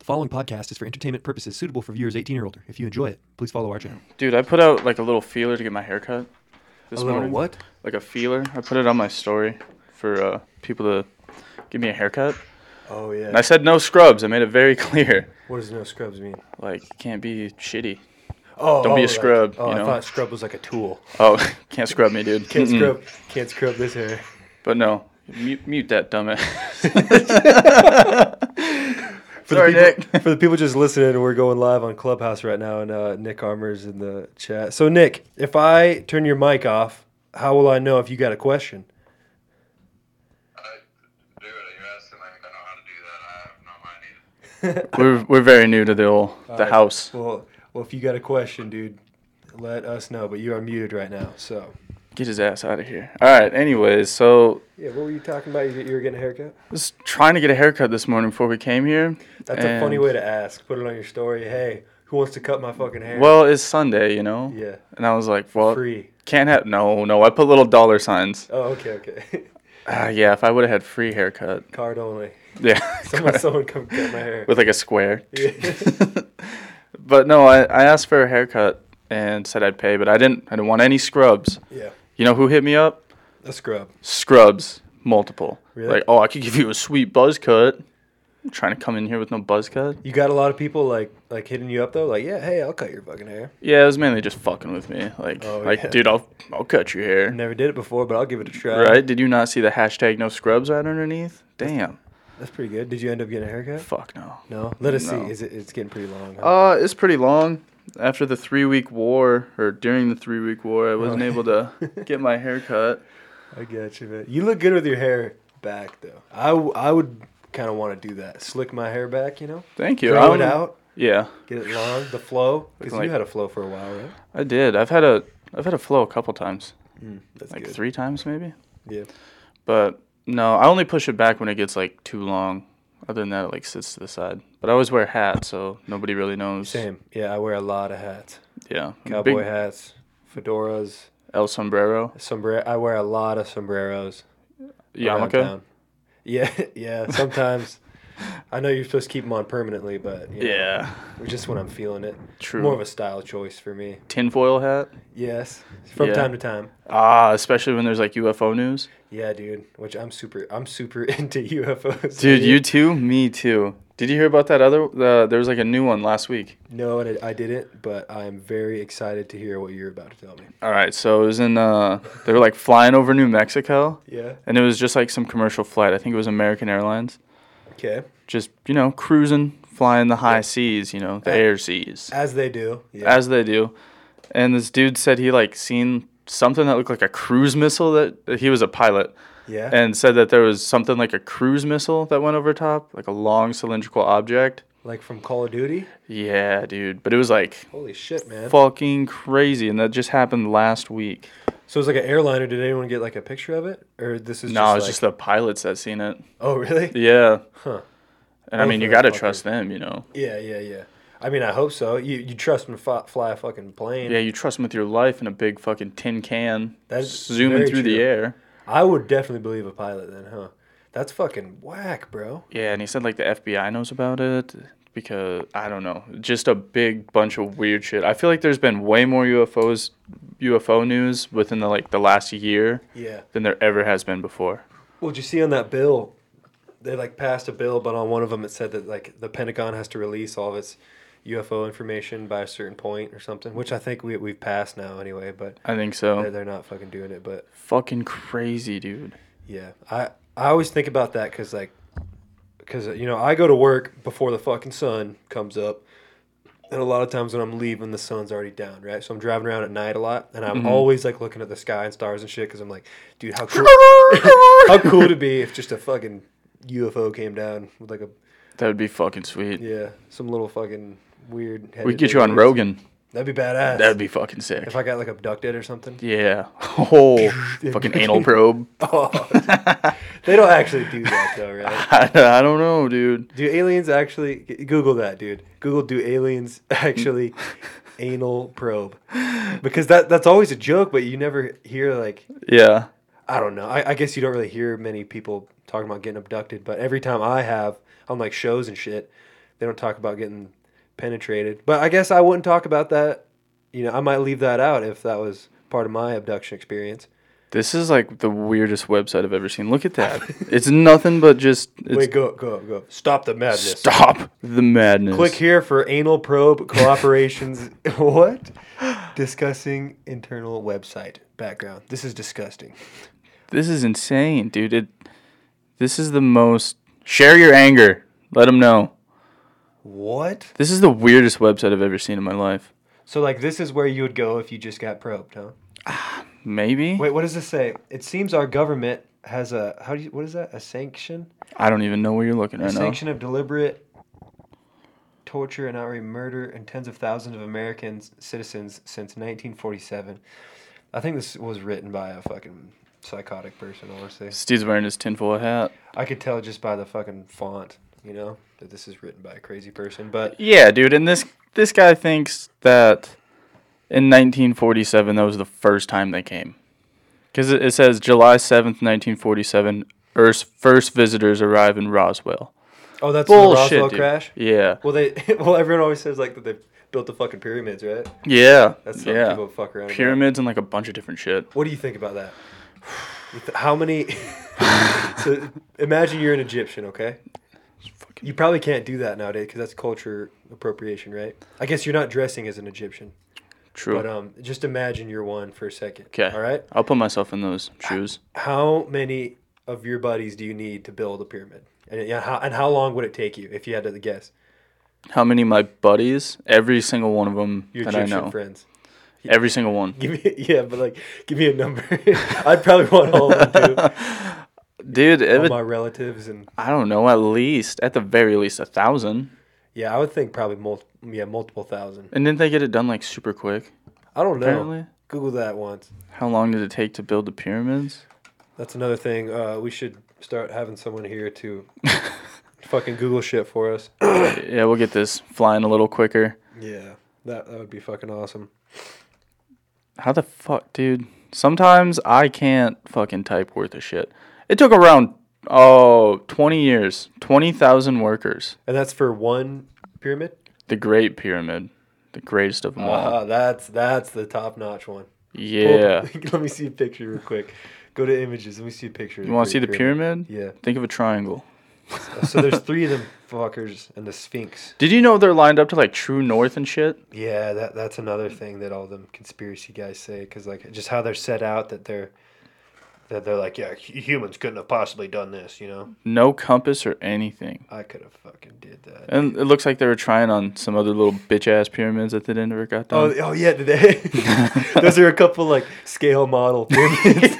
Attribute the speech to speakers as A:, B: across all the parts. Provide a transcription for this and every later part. A: following podcast is for entertainment purposes suitable for viewers 18 or older. If you enjoy it, please follow our channel.
B: Dude, I put out like a little feeler to get my hair cut. This
A: a little
B: morning.
A: what?
B: Like a feeler. I put it on my story for uh, people to give me a haircut.
C: Oh
B: And I
C: yeah.
B: said no scrubs. I made it very clear.
C: What does no scrubs mean?
B: Like, you can't be shitty.
C: Oh,
B: Don't be a
C: like-
B: scrub,
C: oh,
B: you
C: I
B: know?
C: thought scrub was like a tool.
B: Oh, can't scrub me, dude.
C: Can't
B: Mm-mm.
C: scrub. Can't scrub this hair.
B: But no, mute, mute that dumbass.
C: For
B: Sorry,
C: the people,
B: Nick.
C: for the people just listening, we're going live on Clubhouse right now, and uh, Nick Armour's in the chat. So Nick, if I turn your mic off, how will I know if you got a question?
D: I, dude, you're asking like I know how to do that. I have no idea.
B: we're we're very new to the old the house.
C: Well, well, if you got a question, dude, let us know. But you are muted right now, so.
B: Get his ass out of here. All right. Anyways, so
C: Yeah, what were you talking about? You, you were getting a haircut.
B: I was trying to get a haircut this morning before we came here.
C: That's a funny way to ask. Put it on your story. Hey, who wants to cut my fucking hair?
B: Well, it's Sunday, you know.
C: yeah,
B: And I was like, well,
C: free.
B: can't have. No, no. I put little dollar signs.
C: Oh, okay, okay.
B: Ah, yeah. If I would have had free haircut.
C: Card only.
B: Yeah.
C: Someone, someone come cut my hair.
B: with like a square.
C: Yeah.
B: But no, I, I asked for a haircut and said I'd pay, but I didn't. I didn't want any scrubs.
C: yeah,
B: You know who hit me up?
C: a scrub.
B: Scrubs, multiple.
C: Really?
B: Like, oh, I could give you a sweet buzz cut. I'm trying to come in here with no buzz cut.
C: You got a lot of people like like hitting you up though. Like, yeah, hey, I'll cut your fucking hair.
B: Yeah, it was mainly just fucking with me. Like,
C: Oh,
B: like,
C: yeah.
B: dude, I'll I'll cut your
C: I
B: hair.
C: never did it before, but I'll give it a try.
B: Right? Did you not see the hashtag no scrubs right underneath? Damn.
C: That's pretty good. Did you end up getting a haircut?
B: Fuck no.
C: No. Let us
B: No.
C: see. Is it? It's getting pretty long. huh?
B: Uh, it's pretty long. After the three week war, or during the three week war, I
C: Oh.
B: wasn't able to get my hair cut. Oh.
C: I got you, man. You look good with your hair back though. I, w- I would kind of want to do that. Slick my hair back, you know.
B: Thank you.
C: Grow it
B: I'm-
C: out.
B: Yeah,
C: Get it long. The flow. Because
B: Looking like-
C: you had a flow for a while, right?
B: I did. I've had a I've had a flow a couple times,
C: That's
B: like
C: good.
B: three times maybe.
C: Yeah.
B: But no, I only push it back when it gets like too long. Other than that, it like sits to the side. But I always wear a hat, so nobody really knows.
C: Same. Yeah, I wear a lot of hats.
B: Yeah, I'm a
C: Cowboy
B: big
C: hats, fedoras,
B: El sombrero,
C: sombrero. I wear a lot of sombreros. around
B: yarmulke.
C: town. Yeah, yeah. Sometimes I know you're supposed to keep them on permanently, but you know,
B: Yeah,
C: just when I'm feeling it.
B: True.
C: More of a style choice for me.
B: tinfoil hat.
C: Yes, from
B: Yeah.
C: time to time.
B: Ah, especially when there's like UFO news.
C: Yeah, dude. Which I'm super. I'm super into UFOs.
B: Dude, you too. Me too. Did you hear about that other? Uh, there was like a new one last week.
C: No, and I, I didn't. But I'm very excited to hear what you're about to tell me.
B: All right, so it was in. Uh, they were like flying over New Mexico,
C: Yeah.
B: and it was just like some commercial flight. I think it was American Airlines.
C: Okay.
B: Just you know, cruising, flying the high seas, you know, the
C: Uh,
B: air seas,
C: As they do. Yeah.
B: as they do. And this dude said he like seen something that looked like a cruise missile that he was a pilot,
C: yeah.
B: and said that there was something like a cruise missile that went over top, like a long cylindrical object.
C: like from Call of Duty.
B: Yeah, dude, but it was like
C: Holy shit, man.
B: fucking crazy, and that just happened last week.
C: So it's like an airliner. Did anyone get like a picture of it, or this is
B: no,
C: Just
B: it's
C: like,
B: just the pilots that seen it.
C: oh, really?
B: Yeah.
C: Huh.
B: And I mean,
C: Both of
B: you
C: them
B: gotta
C: fuckers.
B: trust them, you know.
C: Yeah, yeah, yeah. I mean, I hope so. You you trust them to fi- fly a fucking plane?
B: Yeah, you trust them with your life in a big fucking tin can,
C: That is
B: zooming
C: very
B: through the
C: true.
B: air.
C: I would definitely believe a pilot then, huh? That's fucking whack, bro.
B: Yeah, and he said like the FBI knows about it because I don't know, just a big bunch of weird shit. I feel like there's been way more UFOs, UFO news within the like the last year
C: Yeah.
B: than there ever has been before.
C: Well, did you see on that bill? They like passed a bill, but on one of them it said that like the Pentagon has to release all of its UFO information by a certain point or something, which I think we we've passed now anyway. But
B: I think so.
C: they're, they're not fucking doing it. But
B: Fucking crazy, dude.
C: Yeah, I I always think about that because like, because you know I go to work before the fucking sun comes up, and a lot of times when I'm leaving, the sun's already down, right? So I'm driving around at night a lot, and I'm
B: Mm-hmm.
C: always like looking at the sky and stars and shit because I'm like, dude, how cool, how cool would it be if just a fucking UFO came down with like a
B: That would be fucking sweet.
C: yeah some little fucking weird.
B: we could get you on Rogan.
C: That'd be badass.
B: That'd be fucking sick.
C: if I got like abducted or something.
B: Yeah. Oh, fucking anal probe.
C: Oh. they don't actually do that though, right?
B: I, I don't know, dude.
C: Do aliens actually g- Google that, dude? Google do aliens actually anal probe? Because that that's always a joke, but you never hear like
B: Yeah.
C: I don't know. I, I guess you don't really hear many people talking about getting abducted, but every time I have on like shows and shit, They don't talk about getting penetrated. But I guess I wouldn't talk about that. You know, I might leave that out if that was part of my abduction experience.
B: This is like the weirdest website I've ever seen. Look at that. it's nothing but just it's
C: Wait, go, go, go. Stop the madness.
B: stop the madness.
C: Click here for anal probe cooperations. what? Discussing internal website background. This is disgusting.
B: This is insane, dude. It this is the most share your anger. Let them know.
C: What?
B: This is the weirdest website I've ever seen in my life.
C: So like this is where you would go if you just got probed, huh?
B: Maybe.
C: Wait, what does this say? It seems our government has a how do you what is that? A sanction?
B: I don't even know where you're looking
C: a
B: right now.
C: sanction of deliberate torture and outright murder and tens of thousands of American citizens since 1947. I think this was written by a fucking psychotic person, honestly.
B: Steve's wearing his tinfoil hat.
C: I could tell just by the fucking font, you know, that this is written by a crazy person. But
B: Yeah, dude, and this this guy thinks that in 1947 that was the first time they came. Cuz it, it says July 7th, 1947, Earth's first visitors arrive in Roswell.
C: oh, that's
B: Bullshit,
C: the Roswell
B: dude.
C: crash.
B: Yeah.
C: Well, they well everyone always says like that they built the fucking pyramids, right?
B: Yeah.
C: That's something
B: yeah.
C: people fuck around. about.
B: Pyramids and like a bunch of different shit.
C: What do you think about that? You th- How many? so imagine you're an Egyptian, okay? You probably can't do that nowadays because that's culture appropriation, right? I guess you're not dressing as an Egyptian,
B: True.
C: but um, just imagine you're one for a second.
B: 'Kay.
C: All right.
B: I'll put myself in those shoes.
C: How many of your buddies do you need to build a pyramid? And yeah, how, and how long would it take you if you had to guess?
B: How many of my buddies? Every single one of them
C: Your
B: that I
C: Egyptian
B: know.
C: friends.
B: Every single one.
C: Give me yeah, but like, give me a number. I'd probably want all of them too.
B: Dude, it
C: All
B: would,
C: my relatives and
B: I don't know. At least, at the very least, a thousand.
C: yeah, I would think probably mul- yeah multiple thousand.
B: And didn't they get it done like super quick?
C: I don't know.
B: Apparently.
C: Google that once.
B: How long did it take to build the pyramids?
C: That's another thing. Uh, we should start having someone here to fucking Google shit for us.
B: yeah, we'll get this flying a little quicker.
C: Yeah, that that would be fucking awesome.
B: How the fuck, dude? Sometimes I can't fucking type worth a shit. It took around oh 20 years, twenty thousand workers.
C: And that's for one pyramid.
B: The Great Pyramid, the greatest of them all.
C: Ah, that's that's the top notch one. Hold-
B: Yeah.
C: Let me see a picture real quick. Go to images. Let me see a picture.
B: You want to see the pyramid?
C: Yeah.
B: Think of a triangle.
C: so there's three of them fuckers and the Sphinx.
B: Did you know they're lined up to like true north and shit?
C: Yeah, that that's another thing that all them conspiracy guys say because like just how they're set out that they're that they're like yeah hu- humans couldn't have possibly done this you know
B: No compass or anything.
C: I could have fucking did that.
B: And it looks like they were trying on some other little bitch ass pyramids that they never got
C: Oh,
B: done.
C: oh yeah, did they? those are a couple like scale model pyramids.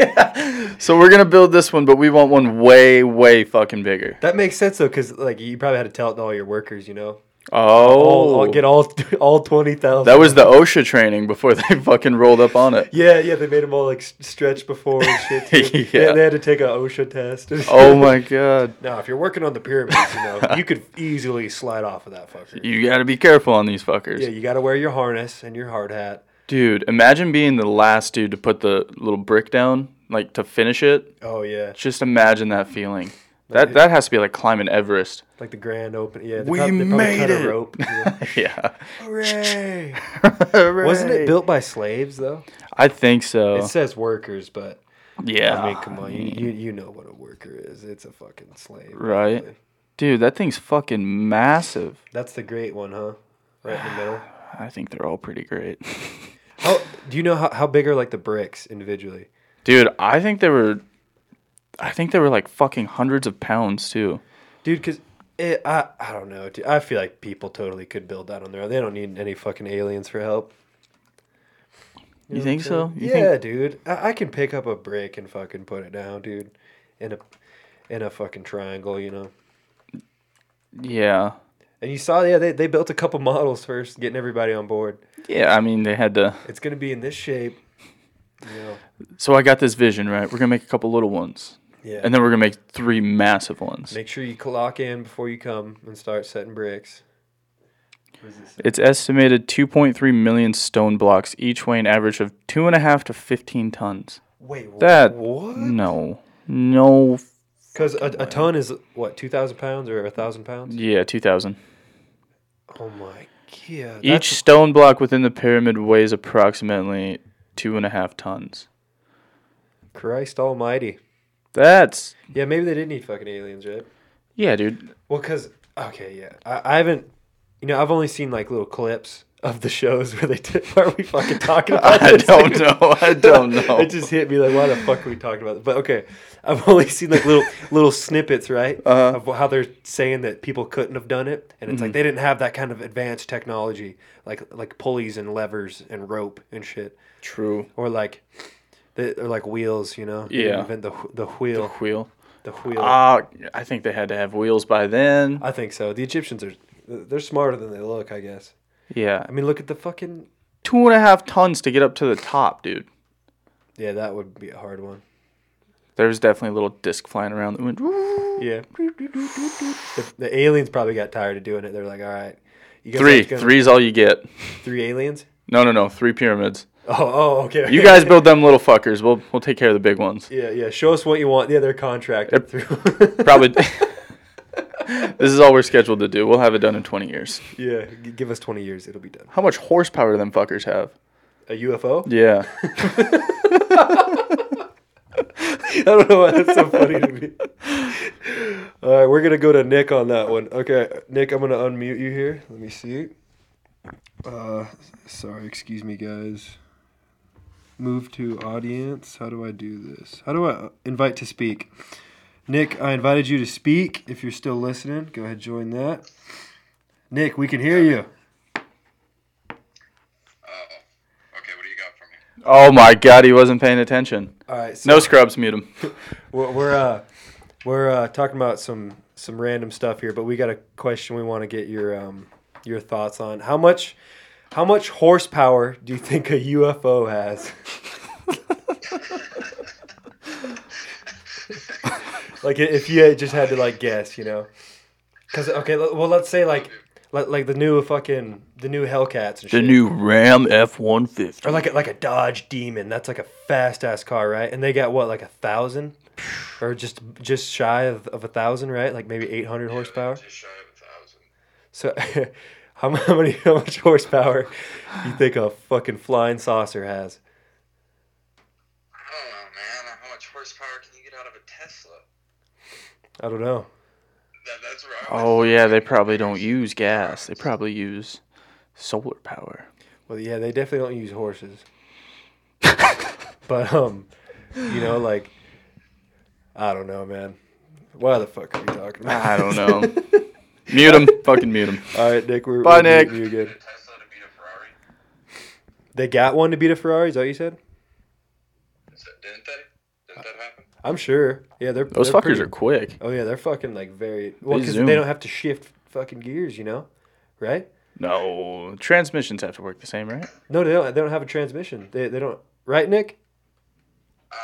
B: So we're gonna build this one, but we want one way, way fucking bigger.
C: That makes sense though, because like you probably had to tell it to all your workers, you know. All,
B: Oh,
C: all get all all twenty thousand.
B: that was the OSHA training before they fucking rolled up on it.
C: Yeah, yeah, they made them all like s- stretch before and shit. too.
B: Yeah.
C: yeah, they had to take a OSHA test.
B: Oh my god,
C: Now, if you're working on the pyramids, you know you could easily slide off of that fucker.
B: you gotta be careful on these fuckers,
C: Yeah, you got to wear your harness and your hard hat.
B: dude. Imagine being the last dude to put the little brick down, like to finish it.
C: Oh yeah,
B: Just imagine that feeling. That that has to be like climbing Everest.
C: like the grand open. Yeah, they
B: We
C: prob- they probably
B: made
C: cut
B: it.
C: A rope. Yeah.
B: yeah.
C: Hooray! Wasn't it built by slaves though?
B: I think so.
C: It says workers, but
B: yeah.
C: I mean, come on, you, you you know what a worker is? It's a fucking slave,
B: Right.
C: basically.
B: Dude, that thing's fucking massive.
C: That's the great one, huh? Right in the middle.
B: I think they're all pretty great.
C: How do you know how, how big are like the bricks individually?
B: Dude, I think they were I think they were like fucking hundreds of pounds too.
C: dude. Because it, I, I don't know. Dude. I feel like people totally could build that on their own. They don't need any fucking aliens for help.
B: You,
C: know what
B: think
C: I'm
B: so?
C: saying?
B: You
C: yeah,
B: Think,
C: dude. I, I can pick up a brick and fucking put it down, dude. In a in a fucking triangle, you know.
B: yeah.
C: And you saw, yeah, they, they built a couple models first, getting everybody on board.
B: Yeah, I mean they had to
C: It's gonna be in this shape. You know.
B: So I got this vision, right? We're going to make a couple little ones.
C: Yeah.
B: And then we're going to make three massive ones.
C: Make sure you clock in before you come and start setting bricks.
B: It's estimated 2.3 million stone blocks, each weigh an average of two and a half to 15 tons.
C: Wait, wh-
B: That-
C: what?
B: No, no,
C: Because a, a ton is what two thousand pounds or a thousand pounds?
B: yeah, 2,000.
C: Oh my god.
B: Each stone block within the pyramid weighs approximately two and a half tons.
C: Christ Almighty.
B: That's
C: Yeah, maybe they did need fucking aliens, right?
B: yeah, dude.
C: Well, because okay, yeah, I, I haven't. You know, I've only seen like little clips of the shows where they did. Why are we fucking talking about?
B: I
C: this?
B: don't know. I don't know.
C: it just hit me like, why the fuck are we talking about? This? But okay, I've only seen like little little snippets, right,
B: Uh-huh. Mm-hmm.
C: of how they're saying that people couldn't have done it, and it's like they didn't have that kind of advanced technology, like like pulleys and levers and rope and shit,
B: True.
C: or like. they- Or like wheels, you know. They didn't
B: Yeah.
C: invent the wh-
B: The
C: the wheel,
B: wheel.
C: the wheel.
B: Ah, I think they had to have wheels by then.
C: I think so. The Egyptians are they're smarter than they look, I guess.
B: Yeah,
C: I mean, look at the fucking
B: two and a half tons to get up to the top, dude.
C: yeah. That would be a hard one.
B: There's definitely a little disc flying around that went.
C: Yeah. The, the aliens probably got tired of doing it. They're like, all right, you guys
B: Three,
C: are gonna-
B: three's all you get.
C: three aliens.
B: No, no, no, three pyramids.
C: Oh, oh, okay.
B: You guys build them little fuckers. We'll we'll take care of the big ones.
C: yeah, yeah. Show us what you want. Yeah, they're contracted through.
B: Probably. this is all we're scheduled to do. We'll have it done in 20 years.
C: yeah, g- give us twenty years, it'll be done.
B: How much horsepower do them fuckers have?
C: A UFO?
B: Yeah.
C: I don't know why that's so funny to me. All right, we're gonna go to Nick on that one. Okay, Nick, I'm gonna unmute you here. Let me see. Uh, sorry, excuse me, guys. Move to audience. How do I do this? How do I invite to speak? Nick, I invited you to speak. If you're still listening, go ahead join that. Nick, we can hear you.
D: Oh, Okay, what do you got for me?
B: Oh my god, he wasn't paying attention.
C: All right, so
B: No scrubs, mute him.
C: we're we're, uh, we're uh, talking about some some random stuff here, but we got a question we want to get your um, your thoughts on. How much how much horsepower do you think a UFO has? like i- if you had- just had to like guess, you know? Because okay, l- well let's say like like, like the new fucking the new Hellcats and shit.
B: Ram F-150.
C: Or like a, like a Dodge Demon. That's like a fast ass car, right? And they got what, like a thousand, or just just shy of, of a thousand, right? Like maybe eight hundred horsepower.
D: Just shy of a thousand.
C: So, how, mu- how many how much horsepower you think a fucking flying saucer has?
D: I don't know, man. How much horsepower can you get out of a Tesla?
C: I don't know.
D: That, that's where I
B: Oh
D: was-
B: yeah, they probably don't use gas. They probably use solar power.
C: Well, yeah, they definitely don't use horses. but um, you know, like I don't know, man. Why the fuck are we talking about?
B: I don't know. mute him. Fucking mute him.
C: All right, Nick. We're,
B: Bye,
C: we're
B: Nick.
C: muting You again.
D: A Tesla to beat a Ferrari?
C: They got one to beat a Ferrari. Is that what you said?
D: Is that, didn't they? Didn't that happen?
C: I'm sure. Yeah, they're
B: Those
C: they're
B: fuckers
C: pretty-
B: are quick.
C: Oh yeah, they're fucking like very well
B: They
C: because they,
B: zoom.
C: don't have to shift fucking gears, you know, right?
B: No, transmissions have to work the same, right?
C: No, they don't. They don't have a transmission. They they don't. Right, Nick?
D: Um,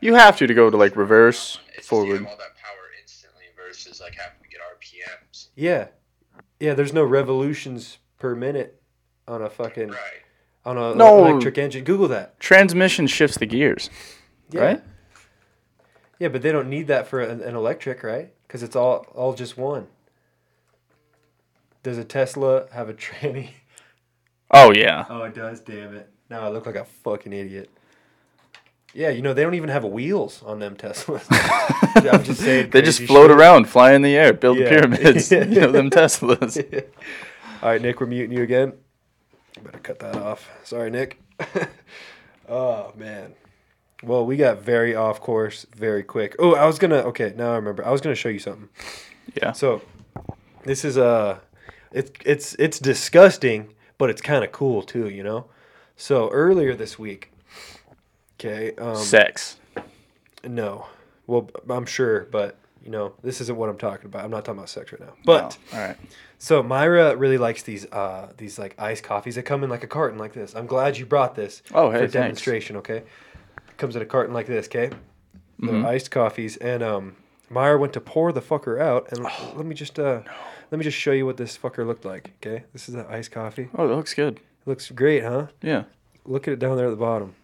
B: You have to to go to like reverse,
D: it's just you
B: forward.
D: have all that power instantly versus like having to get RPMs.
C: Yeah, yeah. There's no revolutions per minute on a fucking
D: Right.
C: on a
B: No.
C: electric engine. Google that.
B: Transmission shifts the gears,
C: Yeah.
B: right?
C: Yeah, but they don't need that for an, an electric, right? Because it's all all just one. Does a Tesla have a tranny?
B: Oh yeah.
C: Oh, it does. Damn it! Now I look like a fucking idiot. Yeah, you know they don't even have wheels on them Teslas. I'm just saying.
B: They just
C: crazy
B: float
C: shit.
B: around, fly in the air, build
C: Yeah.
B: the pyramids, you know, them Teslas.
C: All right, Nick, we're muting you again. Better cut that off. Sorry, Nick. oh man. Well, we got very off course very quick. Oh, I was gonna. Okay, now I remember. I was gonna show you something.
B: Yeah.
C: So, this is uh, it's it's it's disgusting, but it's kind of cool too, you know. So earlier this week. Okay. Um,
B: Sex.
C: No. Well, b- I'm sure, but you know, this isn't what I'm talking about. I'm not talking about sex right now. But
B: Oh, all right.
C: so Myra really likes these uh these like iced coffees that come in like a carton like this. I'm glad you brought this
B: Oh, hey,
C: for
B: thanks.
C: demonstration, okay? Comes in a carton like this, okay? They're iced coffees and um Myra went to pour the fucker out and let me just uh let me just show you what this fucker looked like, okay? This is an iced coffee.
B: Oh, that looks good.
C: looks great, huh?
B: Yeah.
C: Look at it down there at the bottom.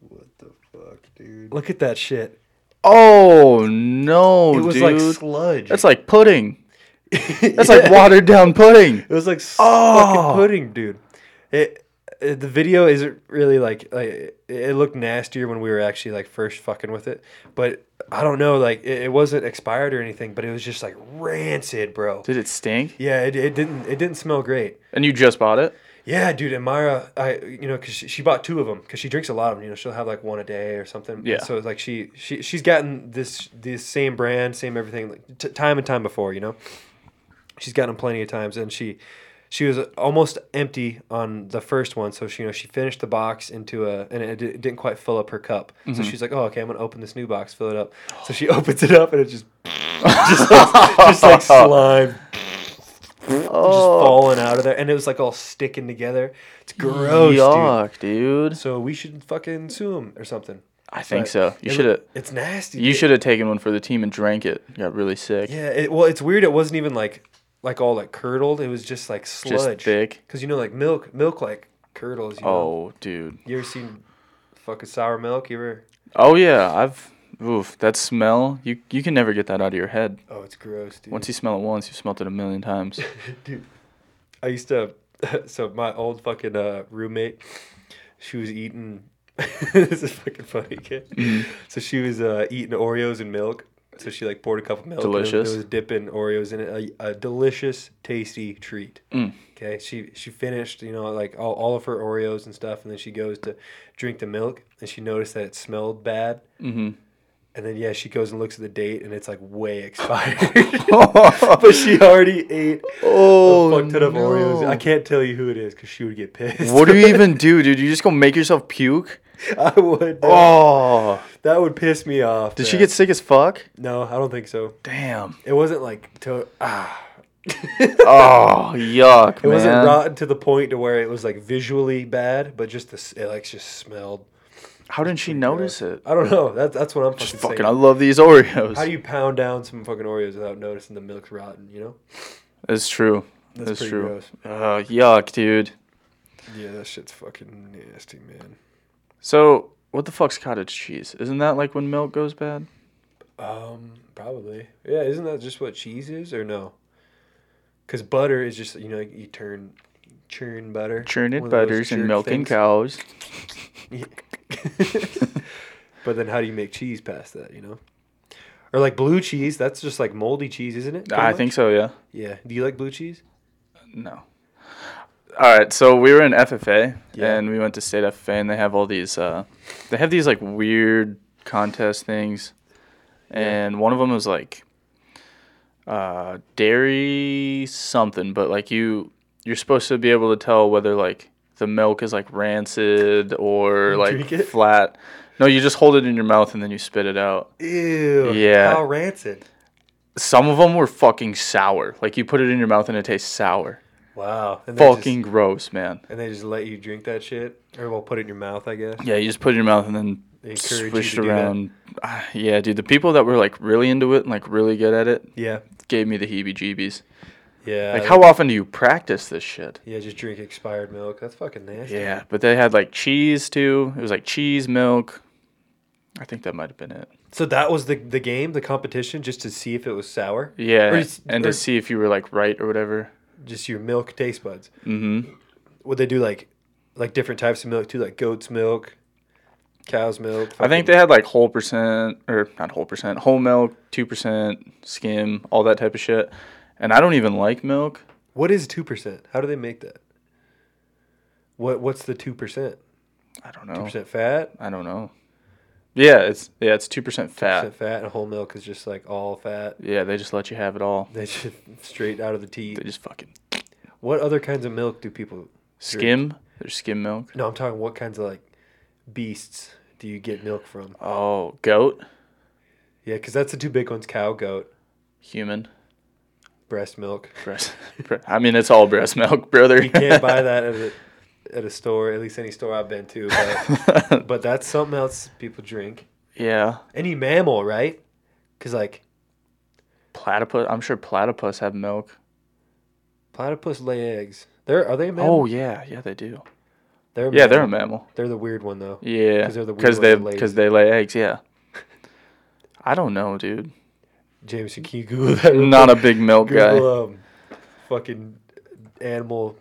C: What the fuck, dude? Look at that shit.
B: Oh no,
C: it was
B: dude.
C: like sludge.
B: That's like pudding. That's like watered down pudding.
C: It was like s-
A: Oh.
C: fucking pudding, dude. It, it the video isn't really like like it, it looked nastier when we were actually like first fucking with it, but I don't know like it, it wasn't expired or anything, but it was just like rancid, bro.
B: Did it stink?
C: Yeah, it, it didn't it didn't smell great.
B: And you just bought it?
C: Yeah, dude, and Myra, I you know, cause she, she bought two of them, cause she drinks a lot of them. You know, she'll have like one a day or something.
B: Yeah.
C: So like she she she's gotten this this same brand, same everything, like, t- time and time before. You know, she's gotten them plenty of times, and she she was almost empty on the first one. So she you know she finished the box into a and it, di- it didn't quite fill up her cup. So she's like, oh okay, I'm gonna open this new box, fill it up. So she opens it up and it just just like, just like slime just
B: Oh.
C: falling out of there, and it was like all sticking together. It's gross, dude.
B: Yuck, dude.
C: So we should fucking sue him or something.
B: I think
C: But
B: so. You
C: it-
B: should have.
C: It's nasty.
B: You
C: It-
B: should have taken one for the team and drank it. Got really sick.
C: Yeah. It, well, it's weird. It wasn't even like like all like curdled. It was just like sludge.
B: Just thick.
C: Because you know, like milk, milk like curdles. You Know?
B: Oh, dude.
C: You ever seen fucking sour milk? You ever?
B: Oh yeah. I've. Oof. That smell. You you can never get that out of your head.
C: Oh, it's gross, dude.
B: Once you smell it once, you've smelt it a million times.
C: I used to. So my old fucking uh, roommate, she was eating. this is fucking funny, kid.
B: Mm-hmm.
C: So she was uh, eating Oreos and milk. So she like poured a cup of milk. and there was-
B: Delicious.
C: There was dipping Oreos in it. A, a delicious, tasty treat.
B: Mm.
C: Okay. She she finished, you know, like all, all of her Oreos and stuff, and then she goes to drink the milk, and she noticed that it smelled bad.
B: Mm-hmm.
C: And then yeah, she goes and looks at the date, and it's like way expired. but she already ate
B: oh.
C: a fuck ton of Oreos.
B: no.
C: I can't tell you who it is because she would get pissed.
B: What do you even do, dude? You just gonna make yourself puke?
C: I would. Oh,
B: Oh.
C: that would piss me off.
B: Did she
C: man.
B: get sick as fuck?
C: No, I don't think so.
B: Damn.
C: It wasn't like to. Ah,
B: Oh, yuck,
C: it wasn't
B: man.
C: rotten to the point to where it was like visually bad, but just this, it like just smelled.
B: How didn't she notice it?
C: I don't know. That, that's what I'm fucking,
B: Just fucking, I
C: saying.
B: love these Oreos.
C: How do you pound down some fucking Oreos without noticing the milk's rotten? You know.
B: That's true.
C: That's
B: That's,
C: pretty
B: true.
C: gross.
B: Uh, yuck, dude.
C: Yeah, that shit's fucking nasty, man.
B: So, what the fuck's cottage cheese? Isn't that like when milk goes bad?
C: Um, probably. Yeah, isn't that just what cheese is, or no? Because butter is just you know you turn churn butter,
B: Churned
C: one of those
B: butters and
C: churn
B: milk and
C: things.
B: cows.
C: But then how do you make cheese past that? You know, or like blue cheese? That's just like moldy cheese, isn't it?
B: I
C: pretty
B: think
C: much?
B: so, yeah.
C: Yeah. Do you like blue cheese?
B: No. All right, so we were in FFA
C: Yeah.
B: and we went to state FFA and they have all these uh they have these like weird contest things. And one of them was like uh dairy something, but like you you're supposed to be able to tell whether like the milk is like rancid or like
C: drink it?
B: flat. No, you just hold it in your mouth and then you spit it out.
C: Ew.
B: Yeah.
C: How rancid.
B: Some of them were fucking sour. Like you put it in your mouth and it tastes sour.
C: Wow. And they
B: Fucking gross, man.
C: Just, and they just let you drink that shit, or well, put it in your mouth, I guess.
B: Yeah, you just put it in your mouth and then
C: They encourage you
B: swish
C: to
B: it
C: do that.
B: around. Ah, Yeah, dude, the people that were like really into it and like really good at it
C: Yeah.
B: gave me the heebie-jeebies.
C: Yeah.
B: Like, how often do you practice this shit?
C: Yeah, just drink expired milk. That's fucking nasty.
B: Yeah, but they had like cheese too. It was like cheese milk. I think that might have been it.
C: So that was the the game, the competition, just to see if it was sour. Or
B: Yeah,
C: just-
B: and
C: or
B: to see if you were like right or whatever.
C: just your milk taste buds.
B: Mm-hmm.
C: Would they do like like different types of milk too, like goat's milk, cow's milk?
B: I think they had like whole percent or not whole percent, whole milk, two percent, skim, all that type of shit. And I don't even like milk.
C: What is two percent? How do they make that? What what's the two percent?
B: I don't know.
C: Two percent fat.
B: I don't know. Yeah, it's yeah, it's two percent fat.
C: Percent fat and whole milk is just like all fat.
B: Yeah, they just let you have it all.
C: They just straight out of the tea.
B: They just fucking
C: What other kinds of milk do people?
B: skim. There's skim milk.
C: No, I'm talking what kinds of like beasts do you get milk from?
B: Oh, goat,
C: Yeah, because that's the two big ones: cow, goat,
B: human
C: breast milk.
B: breast. bre- I mean, it's all breast milk, brother.
C: You can't buy that at a, at a store, at least any store I've been to. But, but that's something else people drink.
B: yeah,
C: Any mammal, right? Because like
B: platypus. I'm sure platypus have milk.
C: platypus lay eggs. They're are they a mammal?
B: Oh yeah, yeah they do.
C: they're a
B: Yeah, they're a
C: mammal.
B: mammal.
C: they're the weird one though.
B: Yeah,
C: 'Cause they're the weird
B: because
C: ones
B: they
C: that lay
B: because they lay eggs. Yeah. I don't know, dude.
C: Jameson, can you Google that? real
B: Not a
C: quick?
B: big milk guy.
C: Google, um, fucking animal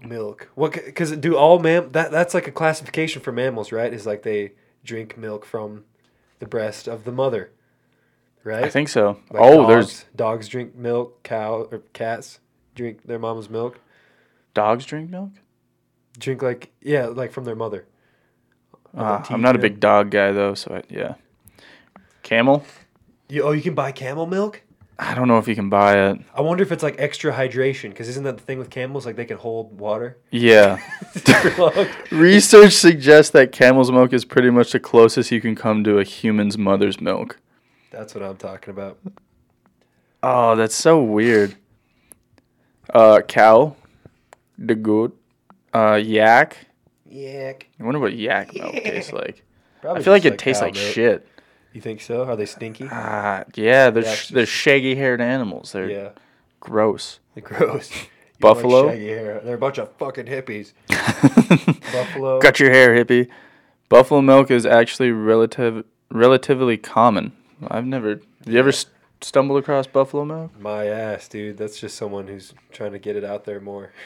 C: milk. What? Because do all mam that that's like a classification for mammals, right? Is like they drink milk from the breast of the mother, right?
B: I think so.
C: Like
B: oh,
C: dogs,
B: there's
C: dogs drink milk. Cow or cats drink their mama's milk.
B: dogs drink milk.
C: Drink like yeah, like from their mother.
B: Ah,
C: teeth,
B: I'm not a
C: yeah.
B: big dog guy though, so I, yeah. Camel.
C: You, oh, you can buy camel milk.
B: I don't know if you can buy it.
C: I wonder if it's like extra hydration, because isn't that the thing with camels? Like they can hold water.
B: Yeah.
C: for long.
B: Research suggests that camel's milk is pretty much the closest you can come to a human's mother's milk.
C: That's what I'm talking about.
B: Oh, that's so weird. Uh, cow, the goat, uh, yak.
C: Yak.
B: I wonder what yak milk tastes like.
C: Probably
B: I feel like
C: just
B: it tastes
C: cow
B: like
C: milk.
B: shit.
C: You think so? Are they stinky?
B: Ah, yeah, they're
C: Yak's
B: sh- they're shaggy-haired animals. They're
C: Yeah,
B: gross.
C: they're gross. You don't like
B: Buffalo?
C: shaggy hair. They're a bunch of fucking hippies. Buffalo.
B: Cut your hair, hippie. Buffalo milk is actually relative relatively common. I've never. You ever st- stumbled across buffalo milk?
C: My ass, dude. That's just someone who's trying to get it out there more.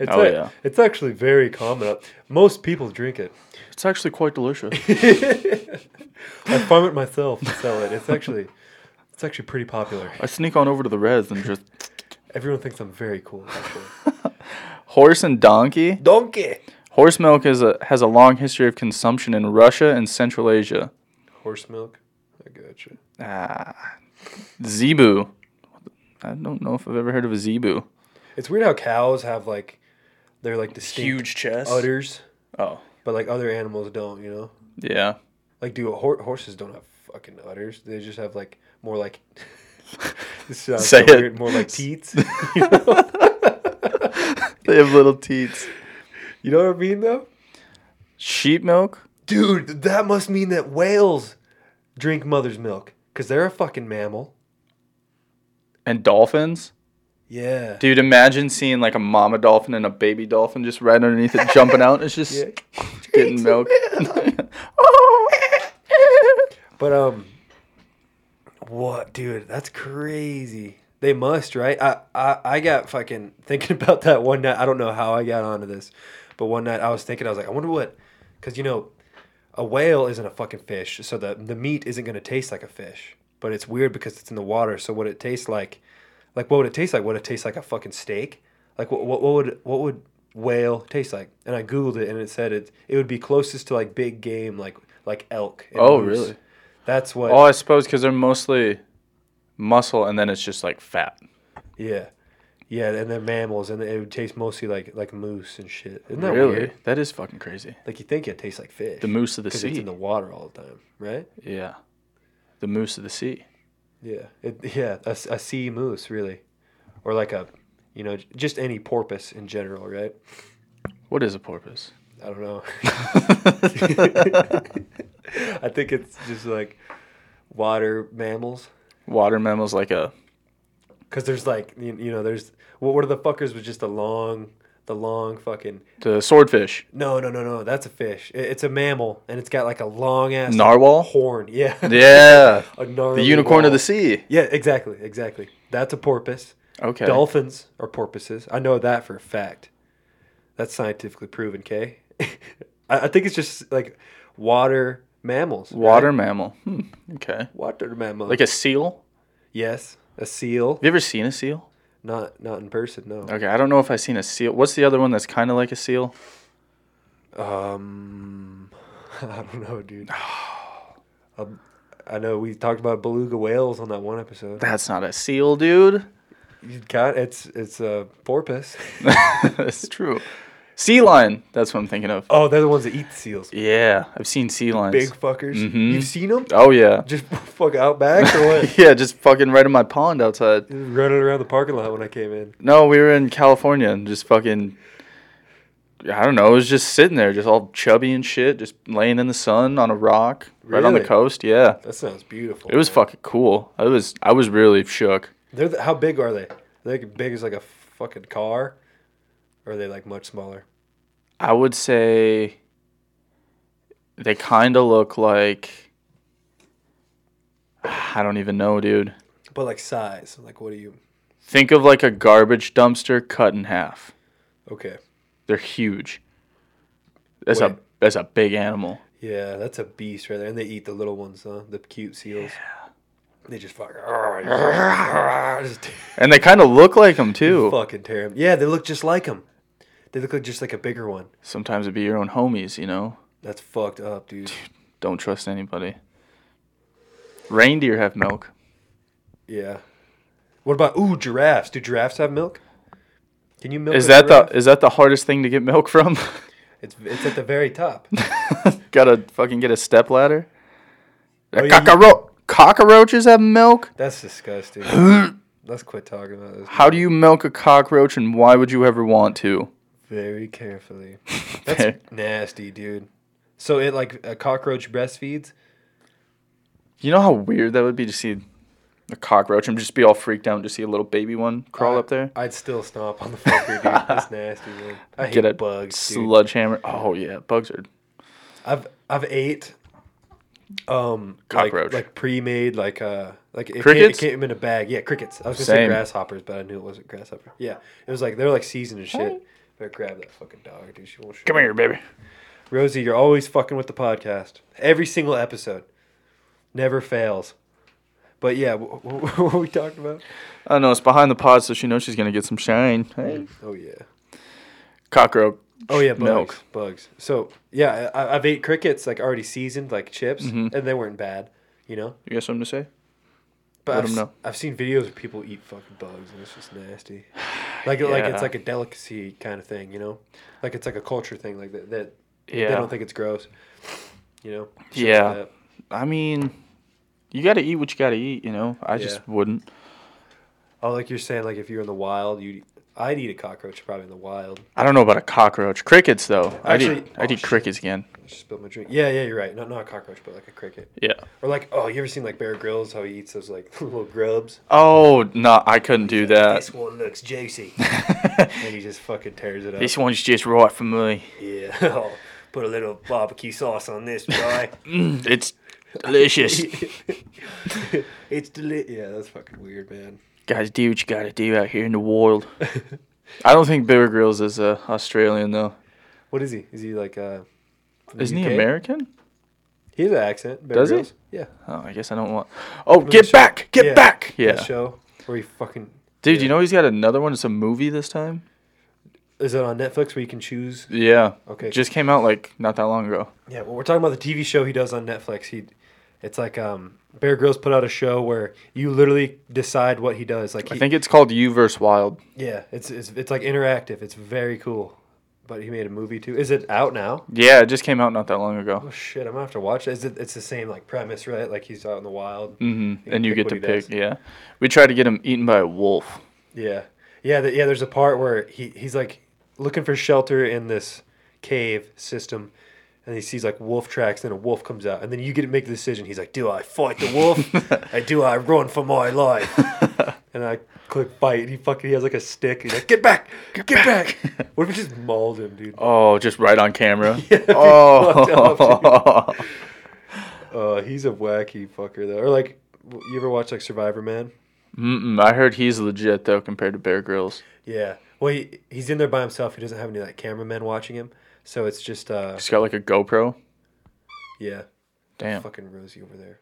C: It's
B: Oh,
C: a-
B: yeah.
C: It's actually very common. Uh, Most people drink it.
B: It's actually quite delicious.
C: I farm it myself and sell it. It's actually, it's actually pretty popular.
B: I sneak on over to the res and just
C: Everyone thinks I'm very cool. Actually.
B: horse and donkey.
C: Donkey.
B: Horse milk is a, has a long history of consumption in Russia and Central Asia.
C: Horse milk. I gotcha.
B: Ah, zebu. I don't know if I've ever heard of a zebu.
C: It's weird how cows have like, they're like distinct
B: chest.
C: udders,
B: Oh,
C: but like other animals don't. You know.
B: yeah.
C: Like, do hor- horses don't have fucking udders? They just have like more like. this sounds
B: Say
C: so
B: it.
C: weird, more like teats.
B: They have little teats.
C: you know what I mean, though?
B: Sheep milk.
C: Dude, that must mean that whales drink mother's milk because they're a fucking mammal.
B: and dolphins.
C: Yeah.
B: Dude, imagine seeing like a mama dolphin and a baby dolphin just right underneath it jumping out. It's just getting milk.
C: But um, what, dude? That's crazy. They must, right? I, I I got fucking thinking about that one night. I don't know how I got onto this, but one night I was thinking, I was like, I wonder what, because you know, a whale isn't a fucking fish, so the the meat isn't gonna taste like a fish. But it's weird because it's in the water. So what it tastes like, like what would it taste like? Would it taste like a fucking steak? Like what what, what would what would whale taste like? And I googled it, and it said it it would be closest to like big game, like like elk. and
B: Oh,
C: moose.
B: really?
C: That's what.
B: oh, I suppose because they're mostly muscle and then it's just like fat.
C: Yeah, yeah, and they're mammals, and it would taste mostly like like moose and shit. Isn't that weird?
B: That is fucking crazy.
C: Like you think it tastes like fish.
B: The moose of the
C: 'cause
B: sea.
C: It's in the water all the time, right?
B: yeah. The moose of the sea.
C: Yeah, it, yeah, a, s- a sea moose really, or like a, you know, j- just any porpoise in general, right?
B: What is a porpoise?
C: I don't know. I think it's just like water mammals.
B: Water mammals like a.
C: Cause there's like you, you know there's what what are the fuckers with just the long the long fucking
B: The swordfish.
C: No, no, no, no. That's a fish. I- It's a mammal, and it's got like a long ass
B: Narwhal?
C: horn. Yeah.
B: Yeah.
C: a narwhal.
B: the unicorn of the sea.
C: Yeah, exactly, exactly. That's a porpoise.
B: Okay.
C: Dolphins are porpoises. I know that for a fact. That's scientifically proven. Okay. I, I think it's just like water mammals. right?
B: Water mammal. Hmm. Okay.
C: Water mammal.
B: Like a seal.
C: yes, a seal.
B: Have you ever seen a seal?
C: Not not in person. No.
B: Okay, I don't know if I've seen a seal. What's the other one that's kind of like a seal?
C: Um, I don't know, dude. Um, I know we talked about beluga whales on that one episode.
B: That's not a seal, dude.
C: You got it's it's a porpoise.
B: that's true. Sea lion. That's what I'm thinking of.
C: oh, they're the ones that eat the seals.
B: Yeah, I've seen sea lions.
C: Big fuckers.
B: Mhm.
C: You've seen them?
B: Oh yeah.
C: Just fuck out back or what?
B: yeah, just fucking right in my pond outside.
C: Running around the parking lot when I came in.
B: No, we were in California and just fucking. I don't know. It was just sitting there, just all chubby and shit, just laying in the sun on a rock right on the
C: Really?
B: coast. Yeah,
C: That sounds beautiful.
B: it was
C: man.
B: fucking cool. I was I was really shook.
C: They're the, how big are they? They're like big as like a fucking car, or are they like much smaller?
B: I would say they kind of look like I don't even know, dude.
C: But like size, like what do you?
B: Think of like a garbage dumpster cut in half.
C: Okay,
B: They're huge. That's a
C: Wait.
B: that's a big animal.
C: yeah, that's a beast right there. And they eat the little ones, huh? The cute seals. They just fucking just
B: And they kind of look like them too.
C: fucking tear 'em. Yeah, they look just like them. They look like just like a bigger one.
B: Sometimes it'd be your own homies, you know.
C: That's fucked up, dude.
B: Don't trust anybody. Reindeer have milk.
C: Yeah. What about ooh giraffes? Do giraffes have milk? Can you milk?
B: is
C: a
B: that the
C: giraffe?
B: is that the hardest thing to get milk from?
C: It's it's at the very top.
B: Gotta fucking get a step ladder.
C: Oh, yeah, you-
B: Cockaro- cockroaches have milk.
C: That's disgusting. Let's quit talking about this.
B: How do you milk a cockroach, and why would you ever want to?
C: Very carefully. That's nasty, dude. So it like a cockroach breastfeeds.
B: You know how weird that would be to see a cockroach and just be all freaked out and just see a little baby one crawl
C: I-
B: up there.
C: I'd still stomp on the fucker, dude. That's nasty, man. I hate
B: Get a
C: bugs, dude.
B: sledgehammer. Oh yeah, bugs are.
C: I've I've ate um like-
B: Cockroach.
C: like, pre-made like uh like it came, it
B: Crickets?
C: came in a bag. Yeah, crickets. I was gonna say
B: Same.
C: grasshoppers, but I knew it wasn't grasshopper. Yeah, it was like they were like seasoned and shit. Better grab that fucking dog, dude. She won't shut
B: Come
C: up.
B: here, baby.
C: Rosie, you're always fucking with the podcast. Every single episode, never fails. But yeah, what, what were we talking about?
B: I don't know. It's behind the pod, so she knows she's gonna get some shine. Hey.
C: Oh yeah.
B: Cockroach.
C: Oh yeah, bugs.
B: milk.
C: Bugs. So yeah, I, I've ate crickets like already seasoned, like chips,
B: Mm-hmm.
C: and they weren't bad, you know.
B: You got something to say?
C: But
B: Let
C: I've,
B: 'em
C: s-
B: know.
C: I've seen videos of people eat fucking bugs, and it's just nasty. Like like
B: Yeah.
C: it's like a delicacy kind of thing, you know. Like it's like a culture thing, like that. that
B: Yeah.
C: They don't think it's gross, you know. Shit like
B: Yeah.
C: that.
B: I mean, you got to eat what you got to eat, you know? I
C: Yeah.
B: just wouldn't.
C: Oh, like you're saying, like if you're in the wild, you I'd eat a cockroach probably in the wild.
B: I don't know about a cockroach. Crickets, though. I'd eat,
C: Actually-
B: I'd
C: oh,
B: eat
C: shit.
B: crickets again.
C: I just spilled my drink. Yeah, yeah, you're right. Not not a cockroach, but like a cricket.
B: Yeah.
C: Or like, oh, you ever seen like Bear Grylls? How he eats those like little grubs?
B: Oh, no, I couldn't do that.
C: This one looks juicy, and he just fucking tears it up.
B: This one's just right for me.
C: Yeah, I'll put a little barbecue sauce on this, boy.
B: Mm, it's delicious.
C: it's delicious. Yeah, that's fucking weird, man.
B: Guys, do what you got to do out here in the wild. I don't think Bear Grylls is uh, Australian, though.
C: What is he? Is he like uh? from the
B: Isn't
C: UK?
B: he American?
C: He has an accent. Bear
B: Does he?
C: Grylls. he? Yeah.
B: Oh, I guess I don't want. Oh, get back! Get
C: Yeah.
B: back!
C: That
B: Yeah.
C: show where he fucking
B: Dude, you know he's got another one? It's a movie this time?
C: is it on Netflix where you can choose
B: Yeah.
C: Okay.
B: Just came out, like, not that long ago.
C: Yeah, well, we're talking about the TV show he does on Netflix. He, it's like um, Bear Grylls put out a show where you literally decide what he does. Like, he,
B: I think it's called You vs. Wild.
C: yeah, it's, it's it's like interactive. It's very cool. But he made a movie too. Is it out now?
B: Yeah, it just came out not that long ago.
C: Oh shit, I'm gonna have to watch it. Is it it's the same like premise, right? Like he's out in the wild.
B: hmm
C: can
B: And you get
C: pick
B: to
C: what he does.
B: pick. Yeah, we tried to get him eaten by a wolf.
C: Yeah, yeah, the, yeah. There's a part where he he's like looking for shelter in this cave system, and he sees like wolf tracks. Then a wolf comes out, and then you get to make the decision. He's like, "Do I fight the wolf? or do I run for my life?" and I click fight, and he fucking he has like a stick. He's like, "Get back, get, back. What if we just mauled him, dude?
B: Oh, just right on camera.
C: that'd be fucked
B: oh,
C: Uh, he's a wacky fucker though. Or like, you ever watch like Survivor Man?
B: Mm-mm, I heard he's legit though compared to Bear Grylls.
C: Yeah. Well, he, he's in there by himself. He doesn't have any like cameramen watching him, so it's just uh,
B: He's got like a GoPro.
C: yeah.
B: Damn.
C: Fucking Rosie over there.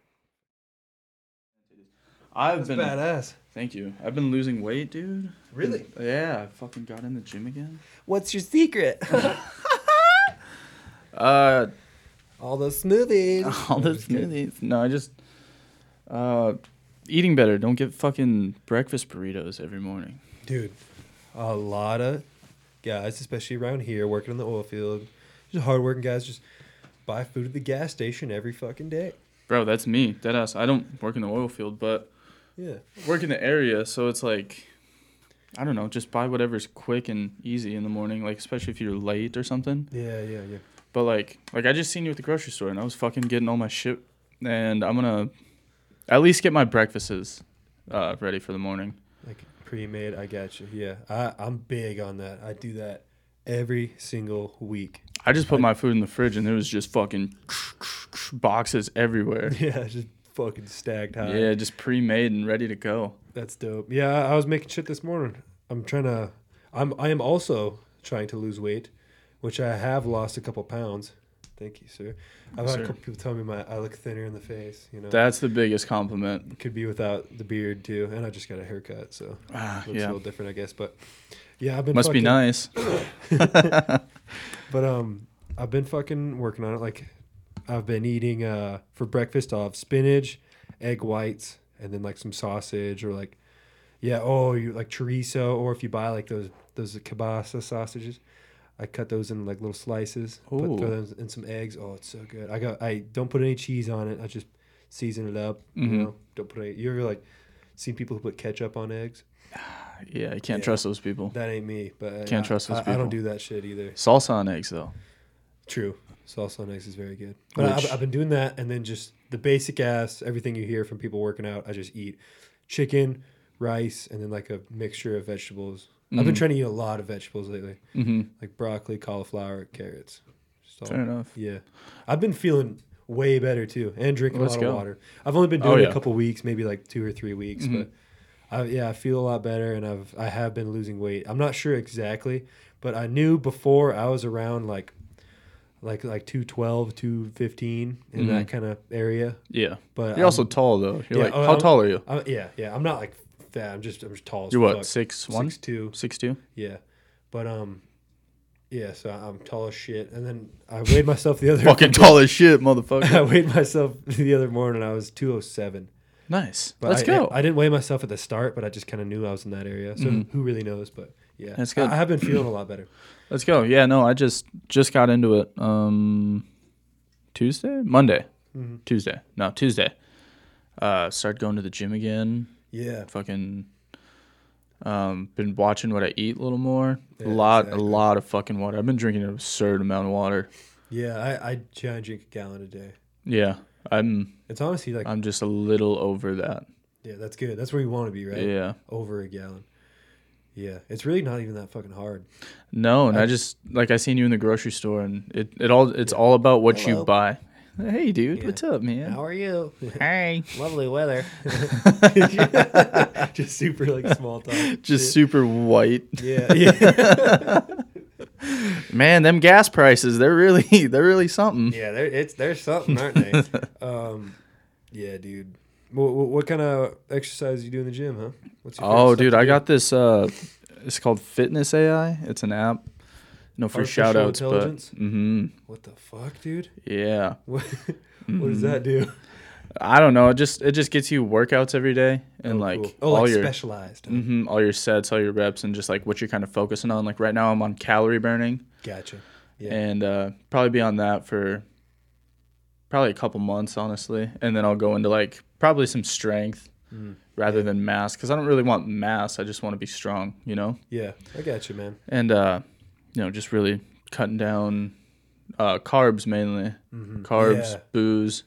B: I've been.
C: badass.
B: Thank you. I've been losing weight, dude.
C: Really?
B: Yeah, I fucking got in the gym again.
C: What's your secret?
B: Uh,
C: All those smoothies.
B: all those smoothies. No, I just uh, eating better. Don't get fucking breakfast burritos every morning.
C: Dude, a lot of guys, especially around here, working in the oil field, just hardworking guys, just buy food at the gas station every fucking day.
B: Bro, that's me. Deadass. I don't work in the oil field, but
C: Yeah.
B: work in the area, so it's like I don't know, just buy whatever's quick and easy in the morning, like especially if you're late or something.
C: Yeah, yeah, yeah.
B: But like like I just seen you at the grocery store and I was fucking getting all my shit and I'm gonna at least get my breakfasts uh, ready for the morning.
C: Like pre-made, I got you. Yeah, I, I'm big on that. I do that every single week.
B: I just put my food in the fridge and there was just fucking boxes everywhere.
C: Yeah, just fucking stacked high.
B: Yeah, just pre-made and ready to go.
C: That's dope. Yeah, I I was making shit this morning. I'm trying to. I'm. I am also trying to lose weight, which I have lost a couple pounds. Thank you, sir. I've had
B: Sir.
C: a couple people tell me my I look thinner in the face. You know,
B: That's the biggest compliment.
C: could be without the beard too, and I just got a haircut, so
B: Ah,
C: looks a
B: yeah,
C: little different, I guess. But yeah, I've been
B: must be
C: fucking-
B: nice.
C: But um, I've been fucking working on it. Like, I've been eating uh for breakfast. I'll have spinach, egg whites, and then like some sausage or like, yeah, oh, you like chorizo, or if you buy like those those kibasa sausages, I cut those in like little slices. Put
B: Ooh.
C: throw them in some eggs. Oh, it's so good. I got I don't put any cheese on it. I just season it up.
B: Mhm.
C: You know, don't put any. You ever like seen people who put ketchup on eggs?
B: Yeah, you can't
C: Yeah.
B: trust those people.
C: That ain't me. But uh,
B: Can't
C: I,
B: trust those
C: I, I
B: people.
C: don't do that shit either.
B: Salsa on eggs though.
C: True. Salsa on eggs is very good. But
B: Which-
C: I've, I've been doing that, and then just the basic ass, everything you hear from people working out, I just eat chicken, rice, and then like a mixture of vegetables. I've been
B: Mhm.
C: trying to eat a lot of vegetables lately,
B: hmm
C: like broccoli, cauliflower, carrots. Just all-
B: Fair enough.
C: Yeah, I've been feeling way better too, and drinking
B: Let's
C: a lot
B: go.
C: of water. I've only been
B: Oh,
C: doing it
B: yeah. Mm-hmm.
C: a couple weeks, maybe like two or three weeks, but I, yeah, I feel a lot better, and I've I have been losing weight. I'm not sure exactly, but I knew before I was around like like like 212, 215 in that kind of area.
B: Yeah,
C: But
B: you're Mm-hmm. also
C: I'm-
B: tall though. You're
C: Yeah,
B: like,
C: oh,
B: how
C: I'm-
B: tall are you?
C: I'm- yeah yeah I'm not like fat. I'm just I'm just tall. As
B: You're what?
C: fuck.
B: Six one,
C: Six two.
B: six two.
C: Yeah, but um. Yeah, so I'm tall as shit, and then I weighed myself the other.
B: Fucking tall as shit, motherfucker.
C: I weighed myself the other morning. I was 207.
B: nice.
C: But
B: Let's
C: I,
B: go.
C: I, didn't weigh myself at the start, but I just kind of knew I was in that area. So who really knows? But yeah,
B: Mm-hmm. That's good.
C: I, I have been feeling a lot better.
B: Let's go. Yeah, no, I just just got into it. Um, Tuesday, Monday,
C: Mm-hmm.
B: Tuesday. No, Tuesday. Uh, started going to the gym again.
C: Yeah,
B: Fucking, um, been watching what I eat a little more. a
C: Yeah,
B: lot,
C: exactly.
B: a lot of fucking water. I've been drinking an absurd amount of water.
C: yeah. I I try and drink a gallon a day.
B: Yeah, I'm
C: It's honestly like
B: I'm just a little over that.
C: yeah, that's good. That's where you want to be, right?
B: Yeah.
C: Over a gallon. Yeah, it's really not even that fucking hard.
B: No, and I, just like I seen you in the grocery store, and it, it all it's all about what you
C: Hello.
B: buy. Hey, dude,
C: Yeah.
B: what's up, man?
C: are you?
B: Hey.
C: Lovely weather. just super like small talk.
B: Just super white.
C: yeah, yeah,
B: Man, them gas prices, they're really they're really something.
C: yeah. There, it's there's something, aren't they? Um, yeah, dude. What, what, what kind of exercise you do in the gym, huh? What's your favorite
B: Oh,
C: stuff
B: dude,
C: to
B: I
C: do?
B: got this uh it's called Fitness AI. It's an app. No free
C: Artificial
B: shout outs, but
C: intelligence?
B: mm-hmm,
C: What the fuck, dude?
B: yeah.
C: What, what
B: Mm-hmm.
C: does that do?
B: I don't know. It just it just gets you workouts every day and
C: Oh,
B: like
C: cool. oh,
B: all
C: like
B: your
C: specialized. huh?
B: mhm, all your sets, all your reps, and just like what you're kind of focusing on. Like right now, I'm on calorie burning.
C: Gotcha. Yeah.
B: and uh, probably be on that for probably a couple months, honestly. And then I'll go into like probably some strength
C: Mm.
B: rather than mass because I don't really want mass. I just want to be strong, you know.
C: Yeah, I got you, man.
B: And uh, you know, just really cutting down uh, carbs mainly, carbs,
C: Yeah.
B: booze.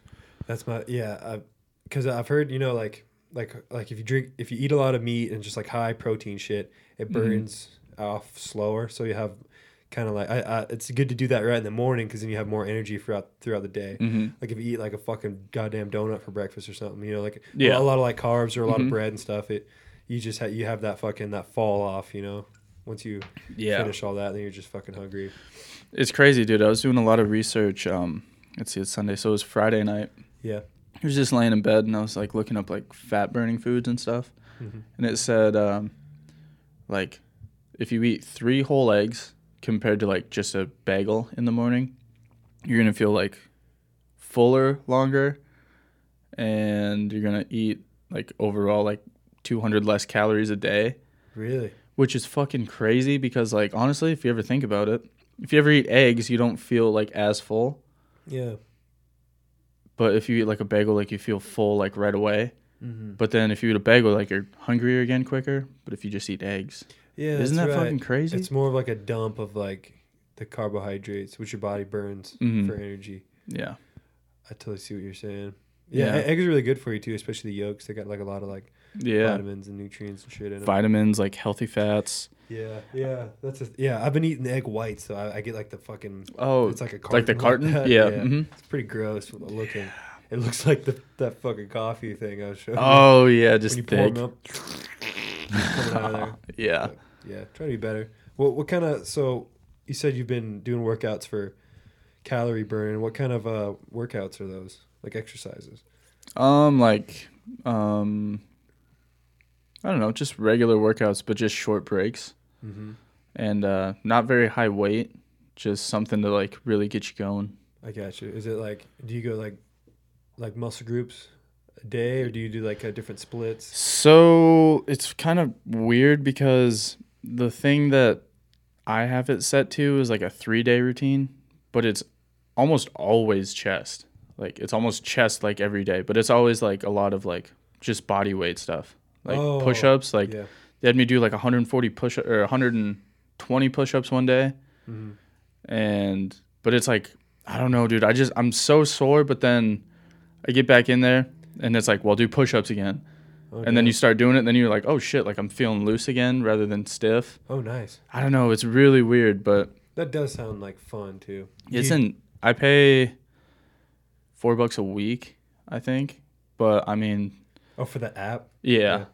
C: That's my yeah. Because I've heard you know like like like if you drink if you eat a lot of meat and just like high protein shit, it burns off slower. So you have kind of like I, I it's good to do that right in the morning because then you have more energy throughout throughout the day. Like if you eat like a fucking goddamn donut for breakfast or something, you know like
B: Yeah.
C: yeah. a lot of like carbs or a lot of bread and stuff. It you just ha- you have that fucking that fall off, you know. Once you
B: Yeah.
C: finish all that, then you're just fucking hungry.
B: It's crazy, dude. I was doing a lot of research. Um, let's see, it's Sunday, so it was Friday night.
C: Yeah.
B: I was just laying in bed and I was like looking up like fat burning foods and stuff, and it said um, like if you eat three whole eggs compared to like just a bagel in the morning, you're gonna feel like fuller longer, and you're gonna eat like overall like 200 less calories a day,
C: Really?
B: which is fucking crazy because like honestly, if you ever think about it, if you ever eat eggs, you don't feel like as full.
C: Yeah.
B: But if you eat like a bagel, like you feel full like right away.
C: Mm-hmm.
B: But then if you eat a bagel, like you're hungrier again quicker. But if you just eat eggs,
C: Yeah,
B: Isn't
C: that's
B: that fucking crazy?
C: It's more of like a dump of like the carbohydrates, which your body burns
B: Mhm.
C: for energy.
B: yeah,
C: I totally see what you're saying. Yeah,
B: Yeah.
C: e- eggs are really good for you too, especially the yolks. They got like a lot of like
B: yeah,
C: vitamins and nutrients and shit in them.
B: vitamins like healthy fats.
C: Yeah, yeah, that's a, yeah. I've been eating egg whites, so I, I get like the fucking
B: Oh,
C: it's like a
B: like
C: carton
B: the carton?
C: that.
B: Yeah, mhm.
C: it's pretty gross looking. It looks like the, that fucking coffee thing I was showing. you.
B: Oh yeah,
C: when
B: just
C: you
B: thick.
C: pour milk coming out of
B: Yeah.
C: there. Yeah, try to be better. What what kind of so you said you've been doing workouts for calorie burning. What kind of uh, workouts are those? Like exercises?
B: Um, like, um, I don't know, just regular workouts, but just short breaks,
C: Mhm.
B: and uh, not very high weight, just something to like really get you going.
C: I got you. Is it like do you go like like muscle groups a day, or do you do like uh, different splits?
B: So it's kind of weird because the thing that I have it set to is like a three day routine, but it's almost always chest. Like it's almost chest like every day, but it's always like a lot of like just body weight stuff, like
C: Oh,
B: push ups, like
C: yeah.
B: they had me do like 140 push or 120 push-ups one day
C: Mhm.
B: and but it's like i don't know dude i just i'm so sore but then i get back in there and it's like well do push-ups again
C: Oh,
B: and then
C: damn.
B: you start doing it and then you're like oh shit like i'm feeling loose again rather than stiff
C: Oh, nice.
B: i don't know it's really weird but
C: That does sound like fun too. Do
B: it's
C: you-
B: in i pay four bucks a week i think but i mean
C: Oh, for the app.
B: yeah
C: Yeah.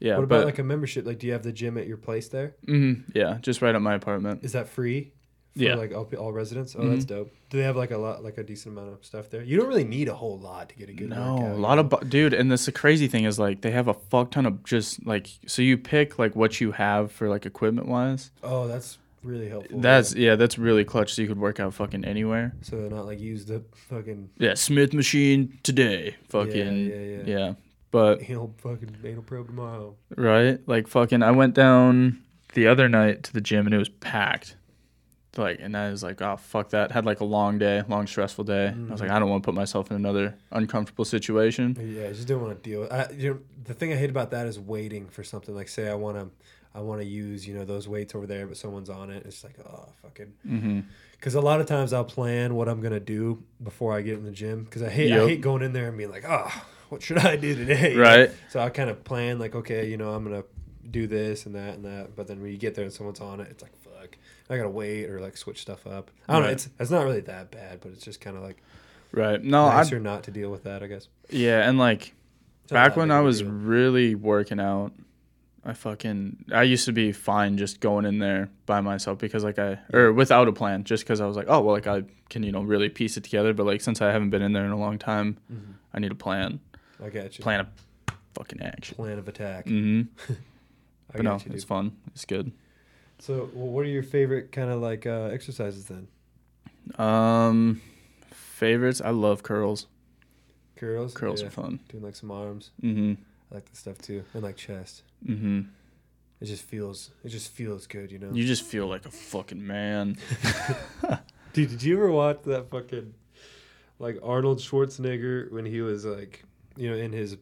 B: yeah,
C: what about
B: but
C: like a membership? Like, do you have the gym at your place there?
B: mhm, yeah just right at my apartment
C: Is that free? For
B: Yeah. Mm-hmm.
C: Like all, pe- all residents. Oh, that's dope. Do they have like a lot, like a decent amount of stuff there? You don't really need a whole lot to get a good.
B: No,
C: workout,
B: a
C: you
B: lot
C: know?
B: of bu- dude, and this the crazy thing is like they have a fuck ton of just like so you pick like what you have for like equipment wise.
C: Oh, that's really helpful.
B: That's
C: Oh, yeah.
B: yeah, that's really clutch. So you could work out fucking anywhere.
C: so they're not like use the fucking
B: Yeah, Smith machine today, fucking
C: yeah,
B: yeah,
C: yeah.
B: But
C: anal fucking anal probe tomorrow.
B: right, like fucking, I went down the other night to the gym and it was packed. Like, and I was like, oh fuck that. Had like a long day, long stressful day. I was like, I don't want to put myself in another uncomfortable situation.
C: Yeah, I just don't want to deal. With, I, you know, the thing I hate about that is waiting for something. Like, say I want to, I want to use you know those weights over there, but someone's on it. It's like, oh fucking.
B: Mm-hmm.
C: Because a lot of times I'll plan what I'm gonna do before I get in the gym. Because I hate I
B: Yep.
C: hate going in there and being like, oh, what should I do today? you know?
B: Right.
C: So I kind of plan like, okay, you know, I'm gonna do this and that and that. But then when you get there and someone's on it, it's like, fuck, I gotta wait or like switch stuff up. I don't know.
B: Right.
C: It's it's not really that bad, but it's just kind of like
B: Right. No, I
C: nicer not to deal with that, I guess.
B: yeah, and like
C: It's not
B: Back
C: that
B: when
C: big
B: I
C: of a
B: was
C: deal.
B: really working out, I fucking I used to be fine just going in there by myself because like I or without a plan just because I was like oh well like I can you know really piece it together but like since I haven't been in there in a long time
C: Mm-hmm.
B: I need a plan
C: I got you.
B: plan a fucking action
C: plan of attack.
B: hmm
C: I
B: but no
C: got you,
B: it's
C: dude.
B: fun it's good
C: So, well, what are your favorite kind of like uh, exercises then?
B: um favorites I love curls
C: Curls.
B: curls
C: Yeah.
B: are fun
C: Doing like some arms.
B: mhm
C: I like that stuff too, and like chest.
B: mhm
C: It just feels. It just feels good, you know.
B: you just feel like a fucking man
C: Dude, did you ever watch that fucking like Arnold Schwarzenegger when he was like, you know, in his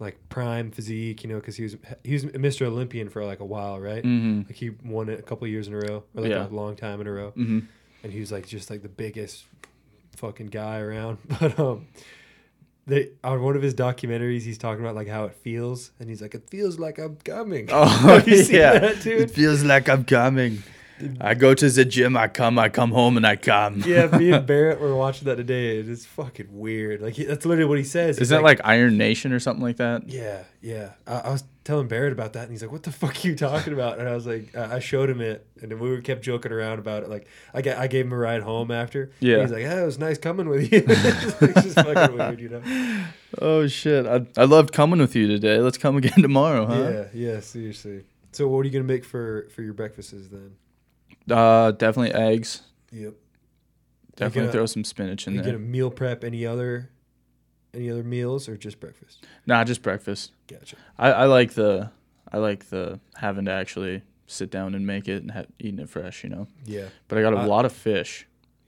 C: like prime physique, you know, because he was he was Mr. Olympian for like a while, right?
B: mhm
C: Like he won it a couple years in a row, or like
B: Yeah.
C: a long time in a row.
B: mhm
C: and he was like just like the biggest fucking guy around. But um, they on one of his documentaries, he's talking about like how it feels, and he's like, "It feels like I'm coming." Have you seen that,
B: Oh, It
C: dude?
B: feels like I'm coming. I go to the gym, I come, I come home, and I come.
C: yeah, me and Barrett were watching that today, and it's fucking weird. Like he, that's literally what he says.
B: Is
C: He's
B: that like Iron Nation or something like that?
C: Yeah, yeah. I, I was telling Barrett about that, and he's like, "What the fuck are you talking about?" And I was like, I I showed him it, and then we were kept joking around about it. Like, I ga- I gave him a ride home after. and
B: Yeah.
C: he's like, "Yeah, it was nice coming with you." it's just fucking weird, you know.
B: Oh shit! I, I loved coming with you today. Let's come again tomorrow, huh?
C: Yeah, yeah, seriously. So what are you gonna make for for your breakfasts then?
B: Uh, definitely eggs.
C: Yep.
B: Definitely
C: gonna-
B: throw some spinach in
C: You
B: there.
C: gonna meal prep any other any other meals or just breakfast?
B: nah, just breakfast.
C: Gotcha.
B: I, I like the I like the having to actually sit down and make it and ha- eating it fresh, you know.
C: Yeah,
B: But I got a
C: I-
B: lot of fish.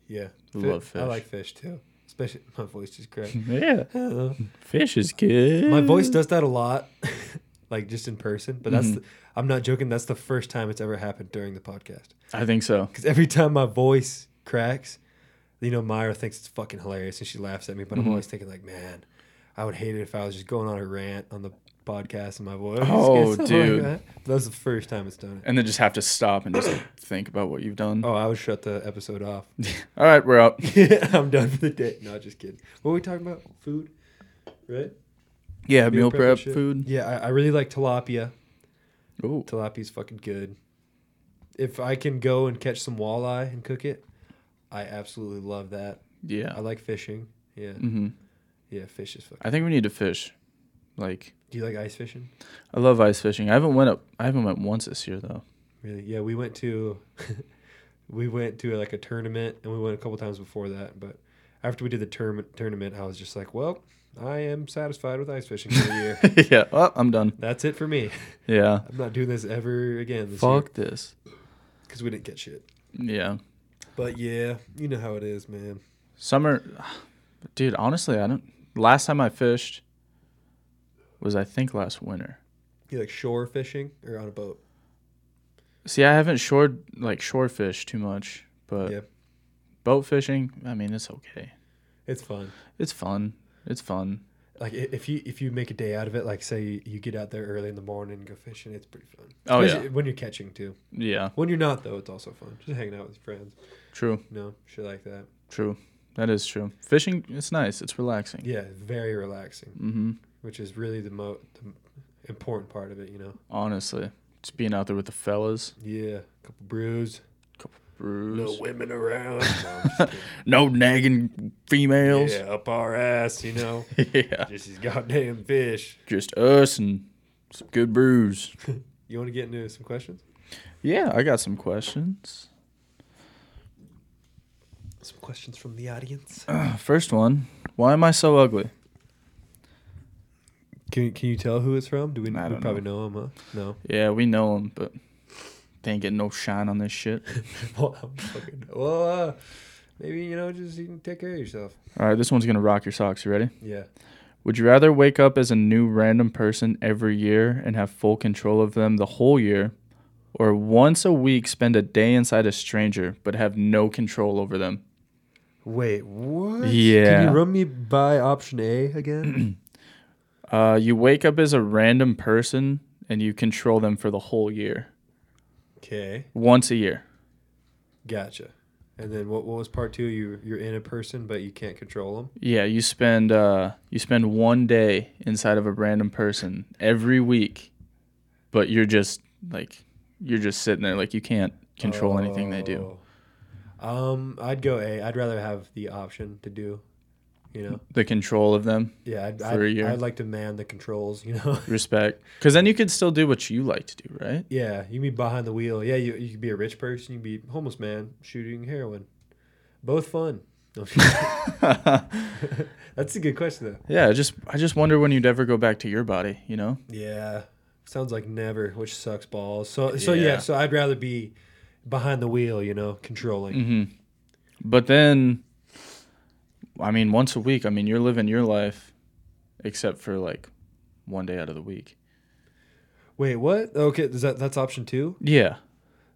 C: yeah.
B: Love
C: I
B: fish.
C: like fish too. Especially my voice just cracked.
B: Yeah,
C: Uh,
B: fish is good.
C: my voice does that a lot, like just in person. But
B: Mm-hmm.
C: that's the, I'm not joking. That's the first time it's ever happened during the podcast.
B: I think so.
C: Because every time my voice cracks, you know, Myra thinks it's fucking hilarious and she laughs at me.
B: Mm-hmm.
C: But I'm always thinking, like, man, I would hate it if I was just going on a rant on the podcast and my voice.
B: Oh,
C: gets-
B: dude.
C: that was the first time it's done it.
B: And then just have to stop and just think about what you've done.
C: Oh, I would shut the episode off.
B: All right, we're out.
C: I'm done for the day. No, just kidding. What were we talking about? Food? right?
B: Yeah, meal,
C: Meal prep and
B: prep,
C: shit.
B: food.
C: Yeah, I, I really like tilapia.
B: Ooh.
C: Tilapia's fucking good. If I can go and catch some walleye and cook it, I absolutely love that. I
B: Yeah.
C: like fishing. Yeah,
B: Mm-hmm.
C: yeah, fish is fucking.
B: I think we need to fish. Like
C: Do you like ice fishing?
B: I love ice fishing. I haven't went up. I haven't went once this year though.
C: Really? Yeah, we went to, we went to like a tournament, and we went a couple times before that. But after we did the tourna- tournament, I was just like, well, I am satisfied with ice fishing for the year.
B: yeah. Well, I'm done.
C: That's it for me.
B: Yeah.
C: I'm not doing this ever again this year
B: Fuck this.
C: because we didn't get shit.
B: Yeah.
C: But yeah, you know how it is, man.
B: Summer, dude. Honestly, I don't. Last time I fished was I think last winter.
C: You like shore fishing or on a boat?
B: See, I haven't shored like shore fish too much, but
C: Yeah.
B: boat fishing. I mean, it's okay.
C: It's fun.
B: It's fun. It's fun.
C: Like i- if you if you make a day out of it, like say you- you get out there early in the morning and go fishing, it's pretty fun.
B: Oh,
C: Especially when you're catching too.
B: Yeah.
C: When you're not though, it's also fun. Just hanging out with your friends,
B: True.
C: you know, shit like that.
B: True. That is true. Fishing. It's nice. It's relaxing.
C: Yeah, very relaxing,
B: Mm-hmm.
C: which is really the mo the m- important part of it, you know.
B: Honestly, just being out there with the fellas.
C: Yeah, a couple brews,
B: Bruise.
C: women around. No, I'm just kidding.
B: No, nagging females.
C: yeah, up our ass, you know.
B: yeah.
C: Just these goddamn fish.
B: Just us and some good brews.
C: You want to get into some questions?
B: Yeah, I got some questions.
C: Some questions from the audience.
B: First one, why am I so ugly?
C: Can Can you tell who it's from? Do we?
B: I
C: we
B: don't
C: probably know. him, huh? No.
B: Yeah, we know him, but they ain't getting no shine on this shit.
C: well, I'm fucking, well uh, maybe you know, just you can take care of yourself.
B: All right, this one's gonna rock your socks. You ready?
C: Yeah.
B: Would you rather wake up as a new random person every year and have full control of them the whole year, or once a week spend a day inside a stranger but have no control over them?
C: Wait, what? Can
B: Yeah.
C: you run me by option A again?
B: Uh, you wake up as a random person and you control them for the whole year,
C: okay,
B: once a year.
C: gotcha. And then what? What was part two? You you're in a person, but you can't control them.
B: Yeah, you spend uh you spend one day inside of a random person every week, but you're just like you're just sitting there like you can't control anything they do.
C: Oh. Um, I'd go A. I'd rather have the option to do. You know,
B: The control of them,
C: yeah, I'd,
B: For
C: I'd,
B: a year.
C: I'd like to man the controls. You know,
B: respect, because then you could still do what you like to do, right?
C: yeah, you be behind the wheel. Yeah, you you could be a rich person. You could be homeless man shooting heroin. Both fun. No, That's a good question though.
B: yeah, I just I just wonder when you'd ever go back to your body, you know?
C: Yeah. Sounds like never, which sucks balls. So so yeah,
B: Yeah.
C: so I'd rather be behind the wheel, you know, controlling.
B: But then, I mean, once a week, I mean, you're living your life, except for like one day out of the week.
C: Wait, what? Okay, is that that's option 2?
B: Yeah.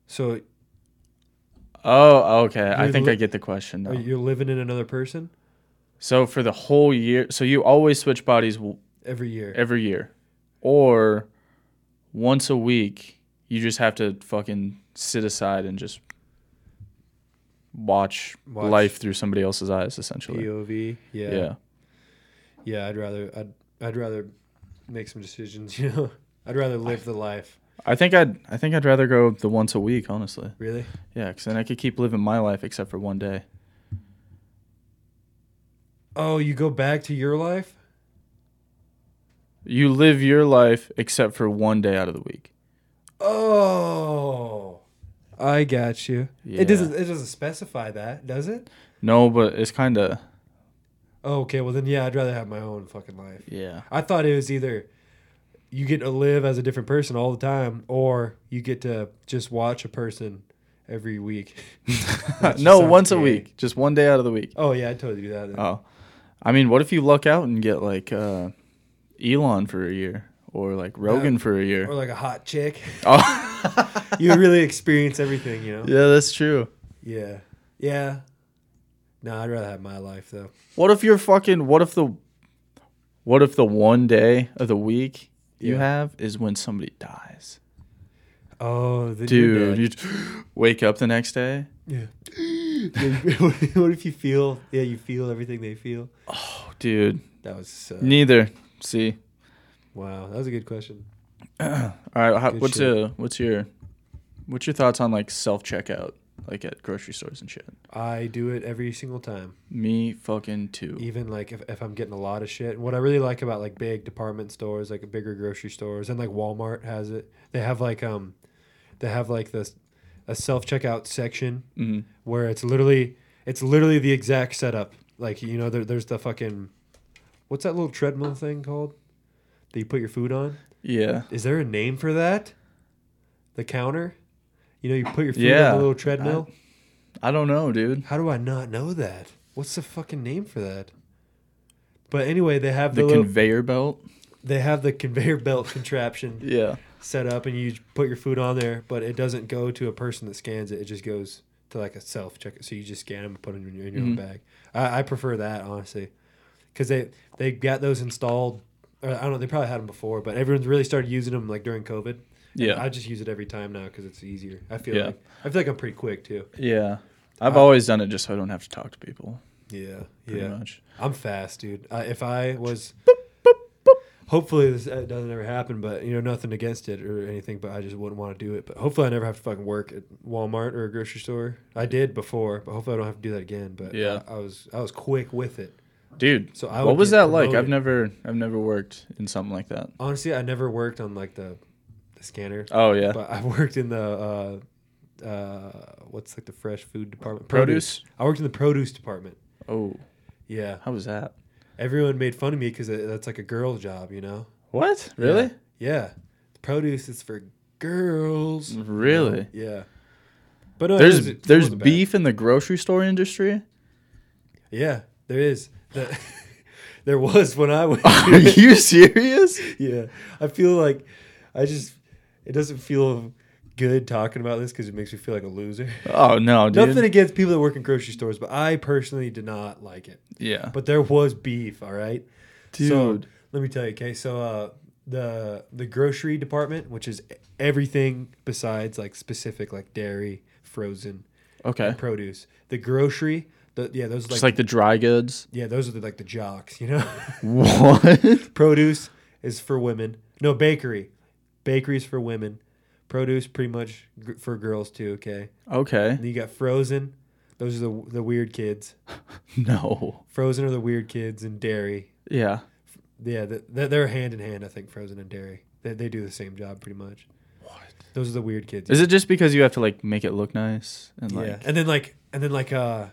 C: So
B: Oh, okay. I
C: You're
B: think
C: li-
B: I get the question now.
C: are you're living in another person
B: So for the whole year, so you always switch bodies w-
C: every year.
B: every year, or once a week, you just have to fucking sit aside and just watch,
C: Watch.
B: life through somebody else's eyes, essentially.
C: POV. Yeah.
B: yeah.
C: yeah. I'd rather I'd I'd rather make some decisions, you know. I'd rather live the life.
B: I think I'd I think I'd rather go the once a week, honestly.
C: Really?
B: Yeah, because then I could keep living my life except for one day.
C: Oh, you go back to your life?
B: You live your life except for one day out of the week.
C: Oh. I got you.
B: Yeah.
C: It doesn't it doesn't specify that, does it?
B: No, but it's kind of
C: Oh, okay, well then, yeah, I'd rather have my own fucking life.
B: yeah.
C: I thought it was either you get to live as a different person all the time, or you get to just watch a person every week. That just
B: no,
C: sounds
B: once a
C: gay.
B: week, just one day out of the week.
C: Oh yeah, I'd totally do that. Then.
B: Oh, I mean, what if you luck out and get like uh, Elon for a year or like Rogan for a
C: Or
B: year?
C: like a hot chick.
B: Oh,
C: you really experience everything, you know.
B: yeah, that's true.
C: Yeah, yeah. No, I'd rather have my life though.
B: What if you're fucking? What if the, what if the one day of the week you
C: Yeah.
B: have is when somebody dies?
C: Oh, then you're
B: Dude,
C: dead.
B: you wake up the next day.
C: yeah. Yeah, what if you feel? Yeah, you feel everything they feel.
B: Oh, dude,
C: That was uh,
B: Neither. See.
C: wow. That was a good question.
B: All right. How,
C: Good
B: what's
C: shit.
B: uh what's your what's your thoughts on like self checkout like at grocery stores and shit?
C: I do it every single time.
B: Me fucking too.
C: even like if, if I'm getting a lot of shit. What I really like about like big department stores, like bigger grocery stores, and like Walmart has it. They have like um, they have like this a self checkout section
B: Mhm.
C: where it's literally it's literally the exact setup. Like you know, there, there's the fucking what's that little treadmill thing called that you put your food on?
B: Yeah.
C: Is there a name for that? The counter. You know, you put your food
B: Yeah.
C: on the little treadmill.
B: I don't know, dude.
C: How do I not know that? What's the fucking name for that? But anyway, they have the,
B: The
C: little,
B: conveyor belt.
C: they have the conveyor belt contraption
B: Yeah.
C: set up, and you put your food on there, but it doesn't go to a person that scans it. It just goes to like a self check. So you just scan them and put them in your, in your own
B: Mm-hmm.
C: bag. I, I prefer that honestly, because they they got those installed. Or I don't know. They probably had them before, but everyone's really started using them like during COVID.
B: Yeah.
C: I just use it every time now because it's easier. I feel
B: Yeah.
C: like I feel like I'm pretty quick too.
B: yeah. I've always done it just so I don't have to talk to people.
C: Yeah,
B: Pretty
C: yeah.
B: much.
C: I'm fast, dude. I, if I was, hopefully this uh, doesn't ever happen, but you know, nothing against it or anything, but I just wouldn't want to do it. But hopefully, I never have to fucking work at Walmart or a grocery store. I did before, but hopefully, I don't have to do that again. But uh,
B: Yeah.
C: I, I was I was quick with it.
B: Dude,
C: So
B: so
C: I
B: what
C: would
B: was
C: get
B: that like? I've
C: promoted.
B: never I've never worked in something like that.
C: Honestly, I never worked on like the, the scanner,
B: Oh yeah.
C: but I worked in the uh, uh, what's like the fresh food department?
B: Produce?
C: I worked in the produce department.
B: Oh,
C: Yeah,
B: how was that?
C: everyone made fun of me because that's like a girl job, you know.
B: What? Really?
C: Yeah. The produce is for girls.
B: Really?
C: Yeah. But no, it
B: Mm-hmm. There's
C: wasn't- it
B: there's
C: wasn't bad.
B: beef in the grocery store industry.
C: Yeah, there is. The- there was when I went.
B: Are you serious?
C: yeah. I feel like I just it doesn't feel good talking about this because it makes me feel like a loser.
B: Oh no, dude.
C: Nothing against people that work in grocery stores, but I personally did not like it.
B: yeah,
C: But there was beef, all right? So
B: dude.
C: let me tell you, okay. So uh, the the grocery department, which is everything besides like specific like dairy, frozen
B: okay,
C: produce. The grocery, the yeah, those are like,
B: just like the dry goods.
C: yeah, those are the, like the jocks, you know.
B: What?
C: produce is for women. No bakery, bakeries for women. Produce pretty much gr- for girls too. Okay.
B: Okay,
C: And you got frozen. Those are the the weird kids.
B: no.
C: Frozen are the weird kids, and dairy.
B: Yeah.
C: Yeah, th- th- they're hand in hand. I think Frozen and Dairy, they, they do the same job pretty much. What? Those are the weird kids.
B: Is it just because you have to like make it look nice and
C: yeah,
B: like?
C: and then like and then like uh,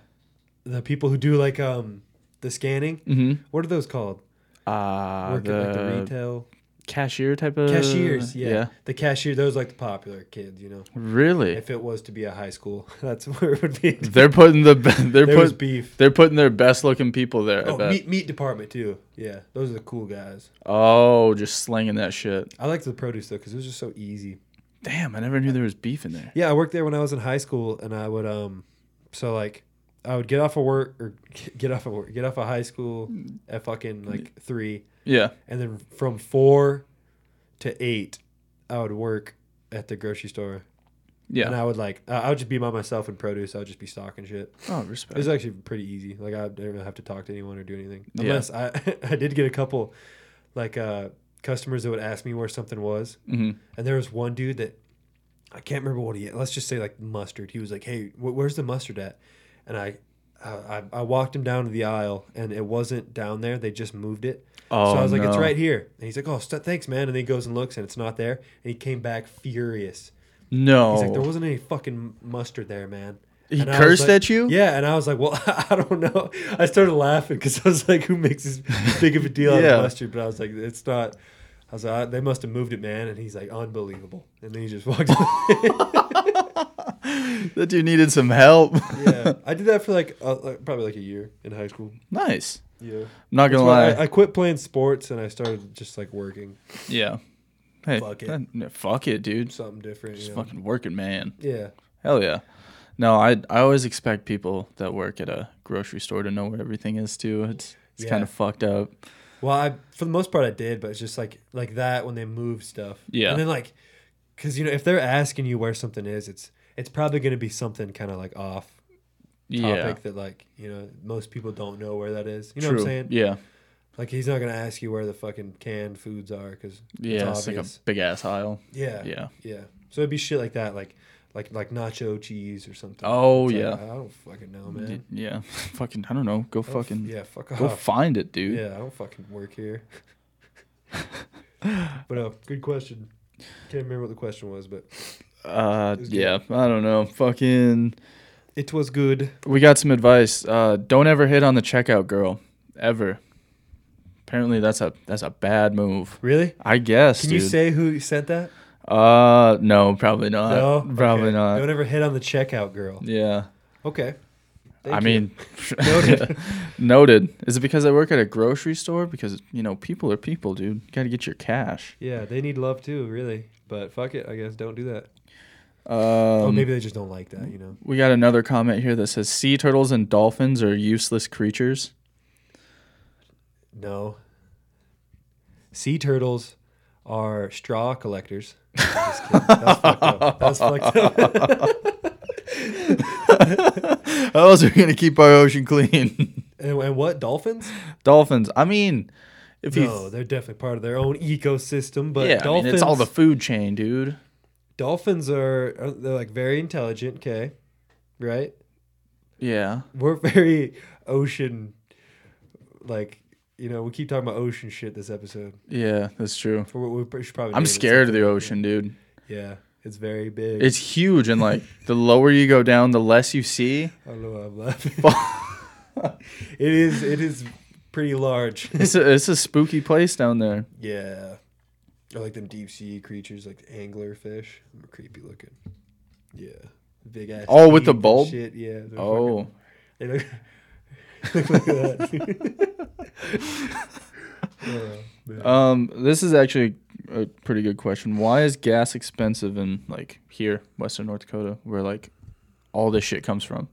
C: the people who do like um the scanning.
B: Mm-hmm.
C: What are those called?
B: Uh,
C: Work at like the
B: the Uh,
C: retail
B: cashier type of
C: cashiers. Yeah. the cashier. Those are, like the popular kids. You know,
B: Really?
C: if it was to be a high school, that's where it would be.
B: They're putting the be- they're
C: There was
B: put
C: beef.
B: they're putting their best looking people there. I
C: Oh,
B: bet.
C: meat meat department too. Yeah, those are the cool guys.
B: Oh, just slinging that shit.
C: I liked the produce though because it was just so easy.
B: Damn, I never knew there was beef in there.
C: Yeah, I worked there when I was in high school, and I would um, so like, I would get off of work or get off of work, get off of high school at fucking like three,
B: Yeah.
C: and then from four to eight, I would work at the grocery store,
B: Yeah.
C: and I would like, I I would just be by myself in produce. I would just be stocking shit.
B: oh,
C: It
B: respect.
C: was actually pretty easy. Like I didn't really have to talk to anyone or do anything,
B: Yeah.
C: unless I I did get a couple, like uh, customers that would ask me where something was.
B: hmm
C: And there was one dude that I can't remember what he. Let's just say like mustard. He was like, "Hey, wh- where's the mustard at?" And I, I, I- I walked him down to the aisle, and it wasn't down there. They just moved it.
B: Oh,
C: so I was like, "It's
B: no.
C: right here." And he's like, "Oh, st- thanks, man." And then he goes and looks, and it's not there. And he came back furious.
B: No.
C: He's like, "There wasn't any fucking mustard there, man."
B: Oh. He
C: And I was
B: cursed
C: like-
B: at you?
C: Yeah, and I was like, "Well, I don't know." I started laughing because I was like, "Who makes this big of a deal out
B: Yeah.
C: of mustard?" But I was like, "It's not." I was like, "Ah, "They must have moved it, man." And he's like, "Unbelievable!" And then he just walked. away.
B: that dude needed some help.
C: yeah, I did that for like, uh, like probably like a year in high school.
B: nice.
C: Yeah,
B: I'm not
C: That's
B: gonna
C: why
B: lie.
C: I, I quit playing sports and I started just like working
B: yeah. Hey,
C: Fuck it.
B: that- no, fuck it, dude.
C: something different.
B: Just
C: You know?
B: fucking working, man.
C: Yeah,
B: Hell yeah. No, I I always expect people that work at a grocery store to know where everything is too. It's it's
C: Yeah.
B: kind of fucked up.
C: Well, I for the most part I did, but it's just like like that when they move stuff.
B: Yeah.
C: And then like, because you know if they're asking you where something is, it's it's probably going to be something kind of like off topic
B: Yeah.
C: that like you know most people don't know where that is. You know
B: True.
C: what I'm saying?
B: Yeah.
C: Like he's not gonna ask you where the fucking canned foods are because
B: Yeah,
C: it's
B: it's like a
C: obvious.
B: big ass aisle.
C: yeah,
B: Yeah.
C: yeah. So it'd be shit like that, like like like nacho cheese or something.
B: Oh,
C: It's like,
B: yeah.
C: I don't fucking know, man.
B: Y- Yeah. fucking, I don't know. Go
C: I don't f-
B: fucking,
C: Oh, yeah, fuck
B: go
C: off.
B: find it, dude.
C: yeah, I don't fucking work here. but uh, good question. Can't remember what the question was, but
B: Uh,
C: It was good.
B: yeah. I don't know. Fucking.
C: it was good.
B: We got some advice. Uh, don't ever hit on the checkout girl, ever. Apparently, that's a that's a bad move.
C: Really?
B: I guess.
C: Can
B: dude.
C: you say who sent that?
B: Uh, no, probably not.
C: no,
B: probably
C: Okay.
B: not.
C: Don't ever hit on the checkout girl.
B: yeah.
C: Okay.
B: I
C: Thank you.
B: mean,
C: Noted.
B: noted. Is it because I work at a grocery store? Because you know, people are people, dude. You gotta get your cash.
C: yeah, they need love too, really. But fuck it, I guess don't do that.
B: Um,
C: oh, maybe they just don't like that, you know.
B: we got another comment here that says sea turtles and dolphins are useless creatures.
C: No. Sea turtles are straw collectors. Just kidding. That's fucked up. That's fucked up.
B: How else are we gonna keep our ocean clean?
C: and, and what dolphins?
B: dolphins. I mean, if you
C: No, they're definitely part of their own ecosystem. But
B: yeah, I
C: dolphins,
B: mean, it's all the food chain, dude.
C: dolphins are are- they're like very intelligent. Okay, right?
B: Yeah,
C: We're very ocean, like you know. We keep talking about ocean shit this episode.
B: yeah, that's true.
C: For what we should probably.
B: I'm
C: name it
B: scared of the
C: something.
B: ocean, dude.
C: Yeah, it's very big.
B: It's huge, and like the lower you go down, the less you see.
C: I don't know why I'm laughing. it is. It is pretty large.
B: It's a, it's a spooky place down there.
C: yeah. I like them deep sea creatures, like anglerfish. They're creepy looking. Yeah. Big ass.
B: Oh, with the
C: teeth and
B: bulb?
C: Shit. Yeah. they're
B: Oh,
C: fucking- they look, look like that. Oh, man.
B: um, this is actually a pretty good question. Why is gas expensive in like here, Western North Dakota, where like all this shit comes from?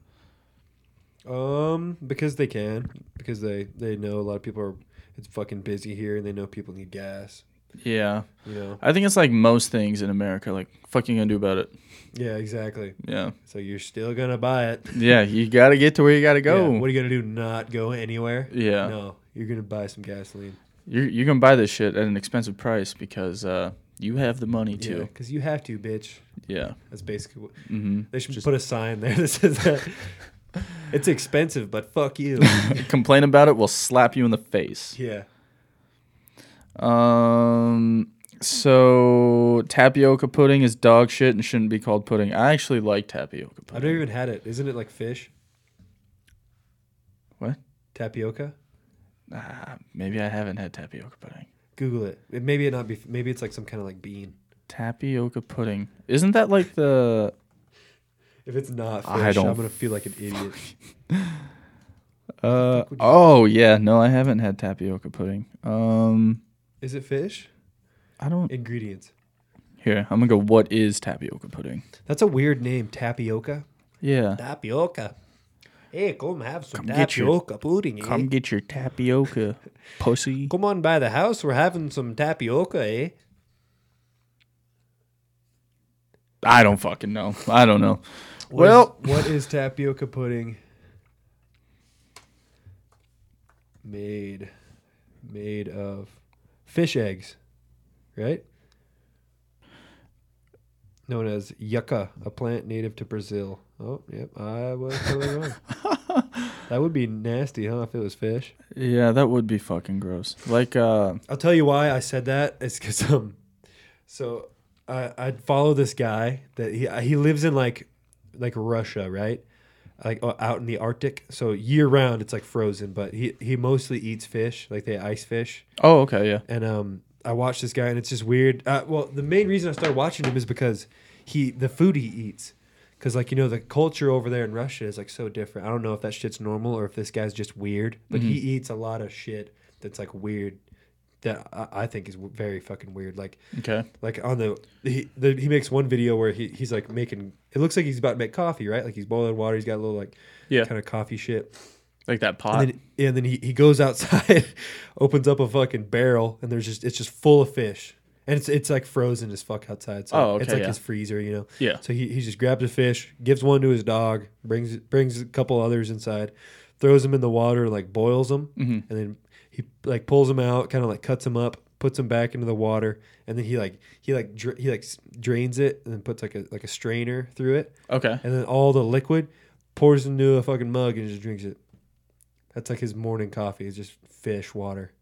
C: Um, because they can, because they they know a lot of people are. It's fucking busy here, and they know people need gas.
B: Yeah,
C: You know.
B: I think it's like most things in America. Like, fucking gonna do about it.
C: Yeah, exactly.
B: Yeah,
C: So you're still gonna buy it.
B: yeah, you gotta get to where you gotta
C: Yeah,
B: go.
C: what are you gonna do? Not go anywhere?
B: Yeah.
C: No, you're gonna buy some gasoline.
B: You're you're gonna buy this shit at an expensive price because uh, you have the money to.
C: because you have to, bitch.
B: Yeah.
C: That's basically what
B: hmm
C: they should put a sign there that says that. it's expensive, but fuck you.
B: Complain about it, we'll slap you in the face.
C: yeah.
B: Um. So tapioca pudding is dog shit and shouldn't be called pudding. I actually like tapioca
C: I've
B: pudding.
C: never even had it. Isn't it like fish?
B: What?
C: Tapioca?
B: Ah, maybe I haven't had tapioca pudding.
C: Google it. it maybe it not be. Maybe it's like some kind of like bean.
B: Tapioca pudding. Isn't that like the?
C: If it's not fish,
B: I don't
C: I'm gonna feel like an idiot.
B: Uh,
C: fuck would you-
B: oh yeah, no, I haven't had tapioca pudding. Um,
C: Is it fish?
B: I don't.
C: Ingredients.
B: Here, I'm gonna go. What is tapioca pudding?
C: That's a weird name. Tapioca.
B: Yeah.
C: Tapioca. Hey, come have some
B: Come get your-
C: pudding. eh?
B: Come get your tapioca, pussy.
C: Come on by the house. We're having some tapioca, eh?
B: I don't fucking know. I don't know.
C: What is-
B: Well-
C: what is tapioca pudding made? Made of fish eggs, right? Known as yucca, a plant native to Brazil. Oh, yep, I was totally wrong. that would be nasty, huh? If it was fish.
B: Yeah, that would be fucking gross. Like, uh,
C: I'll tell you why I said that. It's because um, so I I follow this guy that he he lives in like like Russia, right? Like o- out in the Arctic, so year round it's like frozen. But he he mostly eats fish, like they ice fish.
B: oh, okay, yeah.
C: And um, I watch this guy, and it's just weird. Uh, well, the main reason I started watching him is because he the food he eats. Cause like you know the culture over there in Russia is like so different. I don't know if that shit's normal or if this guy's just weird, but he eats a lot of shit that's like weird, that I, I think is w- very fucking weird. Like
B: Okay.
C: like on the he the, he makes one video where he, he's like making it looks like he's about to make coffee, right? Like he's boiling water. He's got a little like
B: Yeah.
C: kind of coffee shit.
B: Like that pot.
C: And then, and then he, he goes outside, opens up a fucking barrel, and there's just it's just full of fish, and it's it's like frozen as fuck outside. So
B: Oh,
C: it's
B: okay,
C: like
B: yeah.
C: his freezer, you know.
B: Yeah.
C: So he, he just grabs a fish, gives one to his dog,
B: Mm-hmm.
C: brings brings a couple others inside, throws them in the water, like boils them, and then He like pulls them out, kind of like cuts them up, puts them back into the water, and then he like he like dra- he like s- drains it and then puts like a like a strainer through it,
B: Okay.
C: and then all the liquid pours into a fucking mug and just drinks it. That's like his morning coffee. It's just fish water.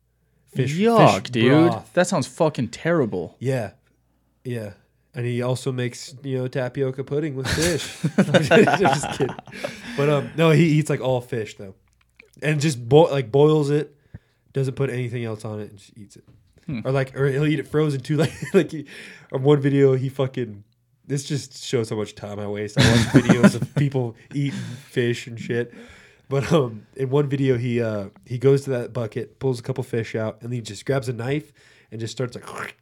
C: Fish, fish
B: Yuck, dude.
C: broth.
B: That sounds fucking terrible.
C: Yeah, yeah. And he also makes you know tapioca pudding with fish. just kidding. But um, no, he eats like all fish though, and just bo- like boils it, doesn't put anything else on it, and just eats it. Or like, or he'll eat it frozen too. Like, like he, on one video, he fucking. This just shows how much time I waste. I watch videos of people eating fish and shit. But um, in one video, he uh, he goes to that bucket, pulls a couple fish out, and then he just grabs a knife and just starts like,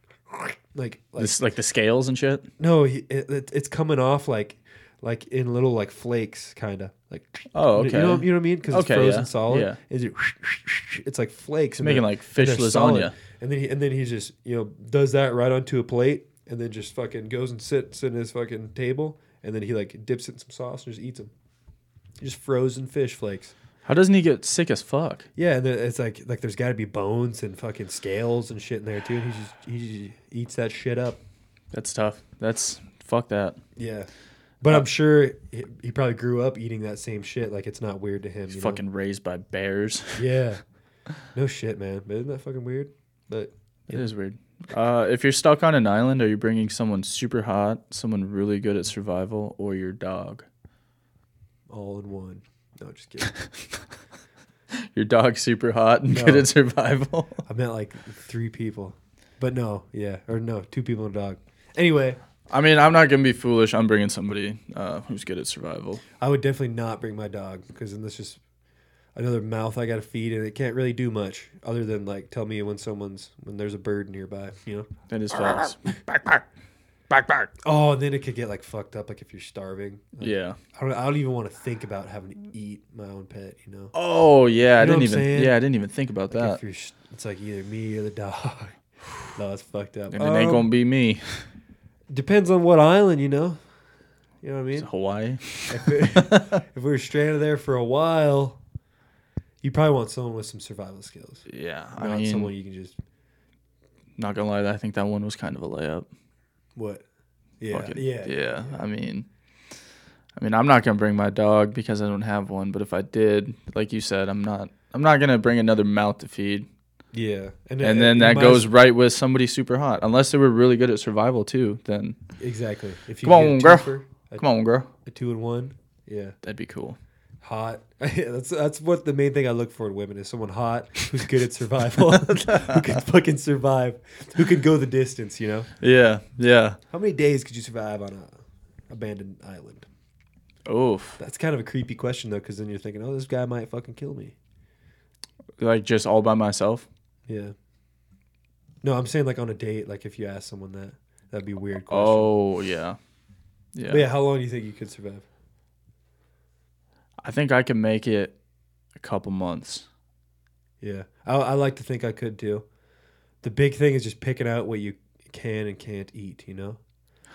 C: like, like
B: This like the scales and shit.
C: no, he, it, it, it's coming off like like in little like flakes, kind of like.
B: Oh,
C: You know,
B: okay.
C: you know what I mean? Because
B: Okay,
C: it's frozen
B: yeah,
C: solid.
B: yeah.
C: Is it? It's like flakes. and
B: Making,
C: they're-
B: like,
C: and
B: fish
C: they're solid.
B: lasagna.
C: And then he and then he just you know does that right onto a plate, and then just fucking goes and sits in his fucking table, and then he like dips it in some sauce and just eats them. Just frozen fish flakes.
B: How doesn't he get sick as fuck?
C: Yeah, and then it's like like there's got to be bones and fucking scales and shit in there too. And he just he just eats that shit up.
B: That's tough. That's fuck that.
C: Yeah. But I'm sure he, he probably grew up eating that same shit. Like it's not weird to him. You know?
B: Fucking raised by bears.
C: Yeah. No shit, man. But isn't that fucking weird? But
B: It is weird. Uh, if you're stuck on an island, are you bringing someone super hot, someone really good at survival, or your dog?
C: all in one. No, just kidding.
B: Your dog super hot and good
C: No.
B: at survival.
C: I meant like three people. But no, yeah. Or no, two people and a dog. Anyway,
B: I mean, I'm not gonna be foolish. I'm bringing somebody uh, who's good at survival.
C: I would definitely not bring my dog because then that's just another mouth I got to feed and it can't really do much other than like tell me when someone's, when there's a bird nearby, you know?
B: That is facts.
C: Oh, and then it could get like fucked up like if you're starving. Like,
B: Yeah.
C: I don't, I don't even want to think about having to eat my own pet, you know?
B: Oh yeah. I
C: You know
B: didn't
C: what I'm
B: even.
C: saying?
B: Oh, Yeah, I didn't even think about
C: Like, if
B: that.
C: you're s- it's like either me or the dog. no, it's fucked up.
B: And it ain't
C: Um,
B: gonna be me.
C: depends on what island, you know. You know what I mean?
B: Hawaii.
C: if, we, if we were stranded there for a while, you probably want someone with some survival skills.
B: Yeah. I
C: Not
B: mean,
C: someone you can just
B: not gonna lie. I think that one was kind of a layup.
C: what? Yeah,
B: Fucking-
C: yeah,
B: yeah. I mean, I mean, I'm not gonna bring my dog because I don't have one. But if I did, like you said, I'm not. I'm not gonna bring another mouth to feed.
C: yeah.
B: And then
C: you
B: that
C: might as-
B: goes right with somebody super hot, unless they were really good at survival too. Then
C: exactly. If you
B: Come
C: get
B: on,
C: a
B: girl.
C: twofer, a,
B: come on, girl,
C: a two and one, yeah,
B: that'd be cool.
C: hot. that's that's what the main thing I look for in women is someone hot who's good at survival, who can fucking survive, who can go the distance. You know,
B: Yeah, yeah.
C: how many days could you survive on a abandoned island?
B: Oof,
C: That's kind of a creepy question though, because then you're thinking, oh, this guy might fucking kill me.
B: like just all by myself.
C: Yeah. No, I'm saying like on a date, like if you ask someone that, that'd be a weird. Question.
B: Oh yeah, yeah.
C: But yeah. How long do you think you could survive?
B: I think I can make it a couple months.
C: Yeah, I, I like to think I could too. The big thing is just picking out what you can and can't eat. You know,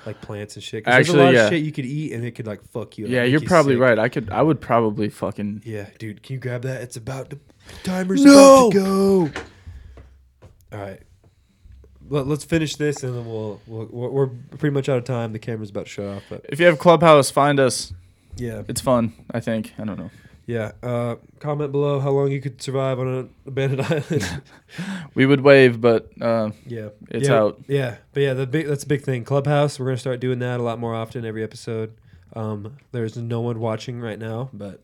C: like plants and shit. 'Cause
B: Actually,
C: there's a lot
B: yeah.
C: of shit you could eat, and it could like fuck you. up,
B: Yeah,
C: make
B: you're
C: you
B: probably
C: sick.
B: right. I could. I would probably fucking.
C: Yeah, dude, can you grab that? It's about to, the timer's
B: No!
C: about to go. All right, Let, let's finish this, and then we'll, we'll we're, we're pretty much out of time. The camera's about to shut off, but
B: If you have Clubhouse, find us.
C: yeah,
B: It's fun. I think. I don't know.
C: yeah. Uh, comment below how long you could survive on an abandoned island.
B: We would wave, but uh,
C: yeah,
B: It's
C: Yeah,
B: out.
C: Yeah, but yeah, the big that's a big thing. Clubhouse. We're gonna start doing that a lot more often every episode. Um, there's no one watching right now, but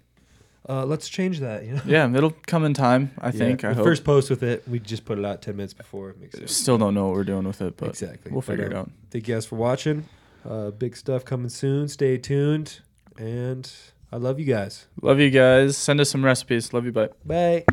C: uh, let's change that. You know,
B: yeah, it'll come in time. I think.
C: Yeah,
B: I
C: the
B: hope.
C: first post with it, we just put it out ten minutes before. It makes sense.
B: Still don't know what we're doing with it, but
C: Exactly.
B: we'll
C: But,
B: figure it
C: um,
B: out.
C: Thank you guys for watching. Uh, big stuff coming soon. Stay tuned. And I love you guys.
B: Love you guys. Send us some recipes. Love you. Bye.
C: Bye.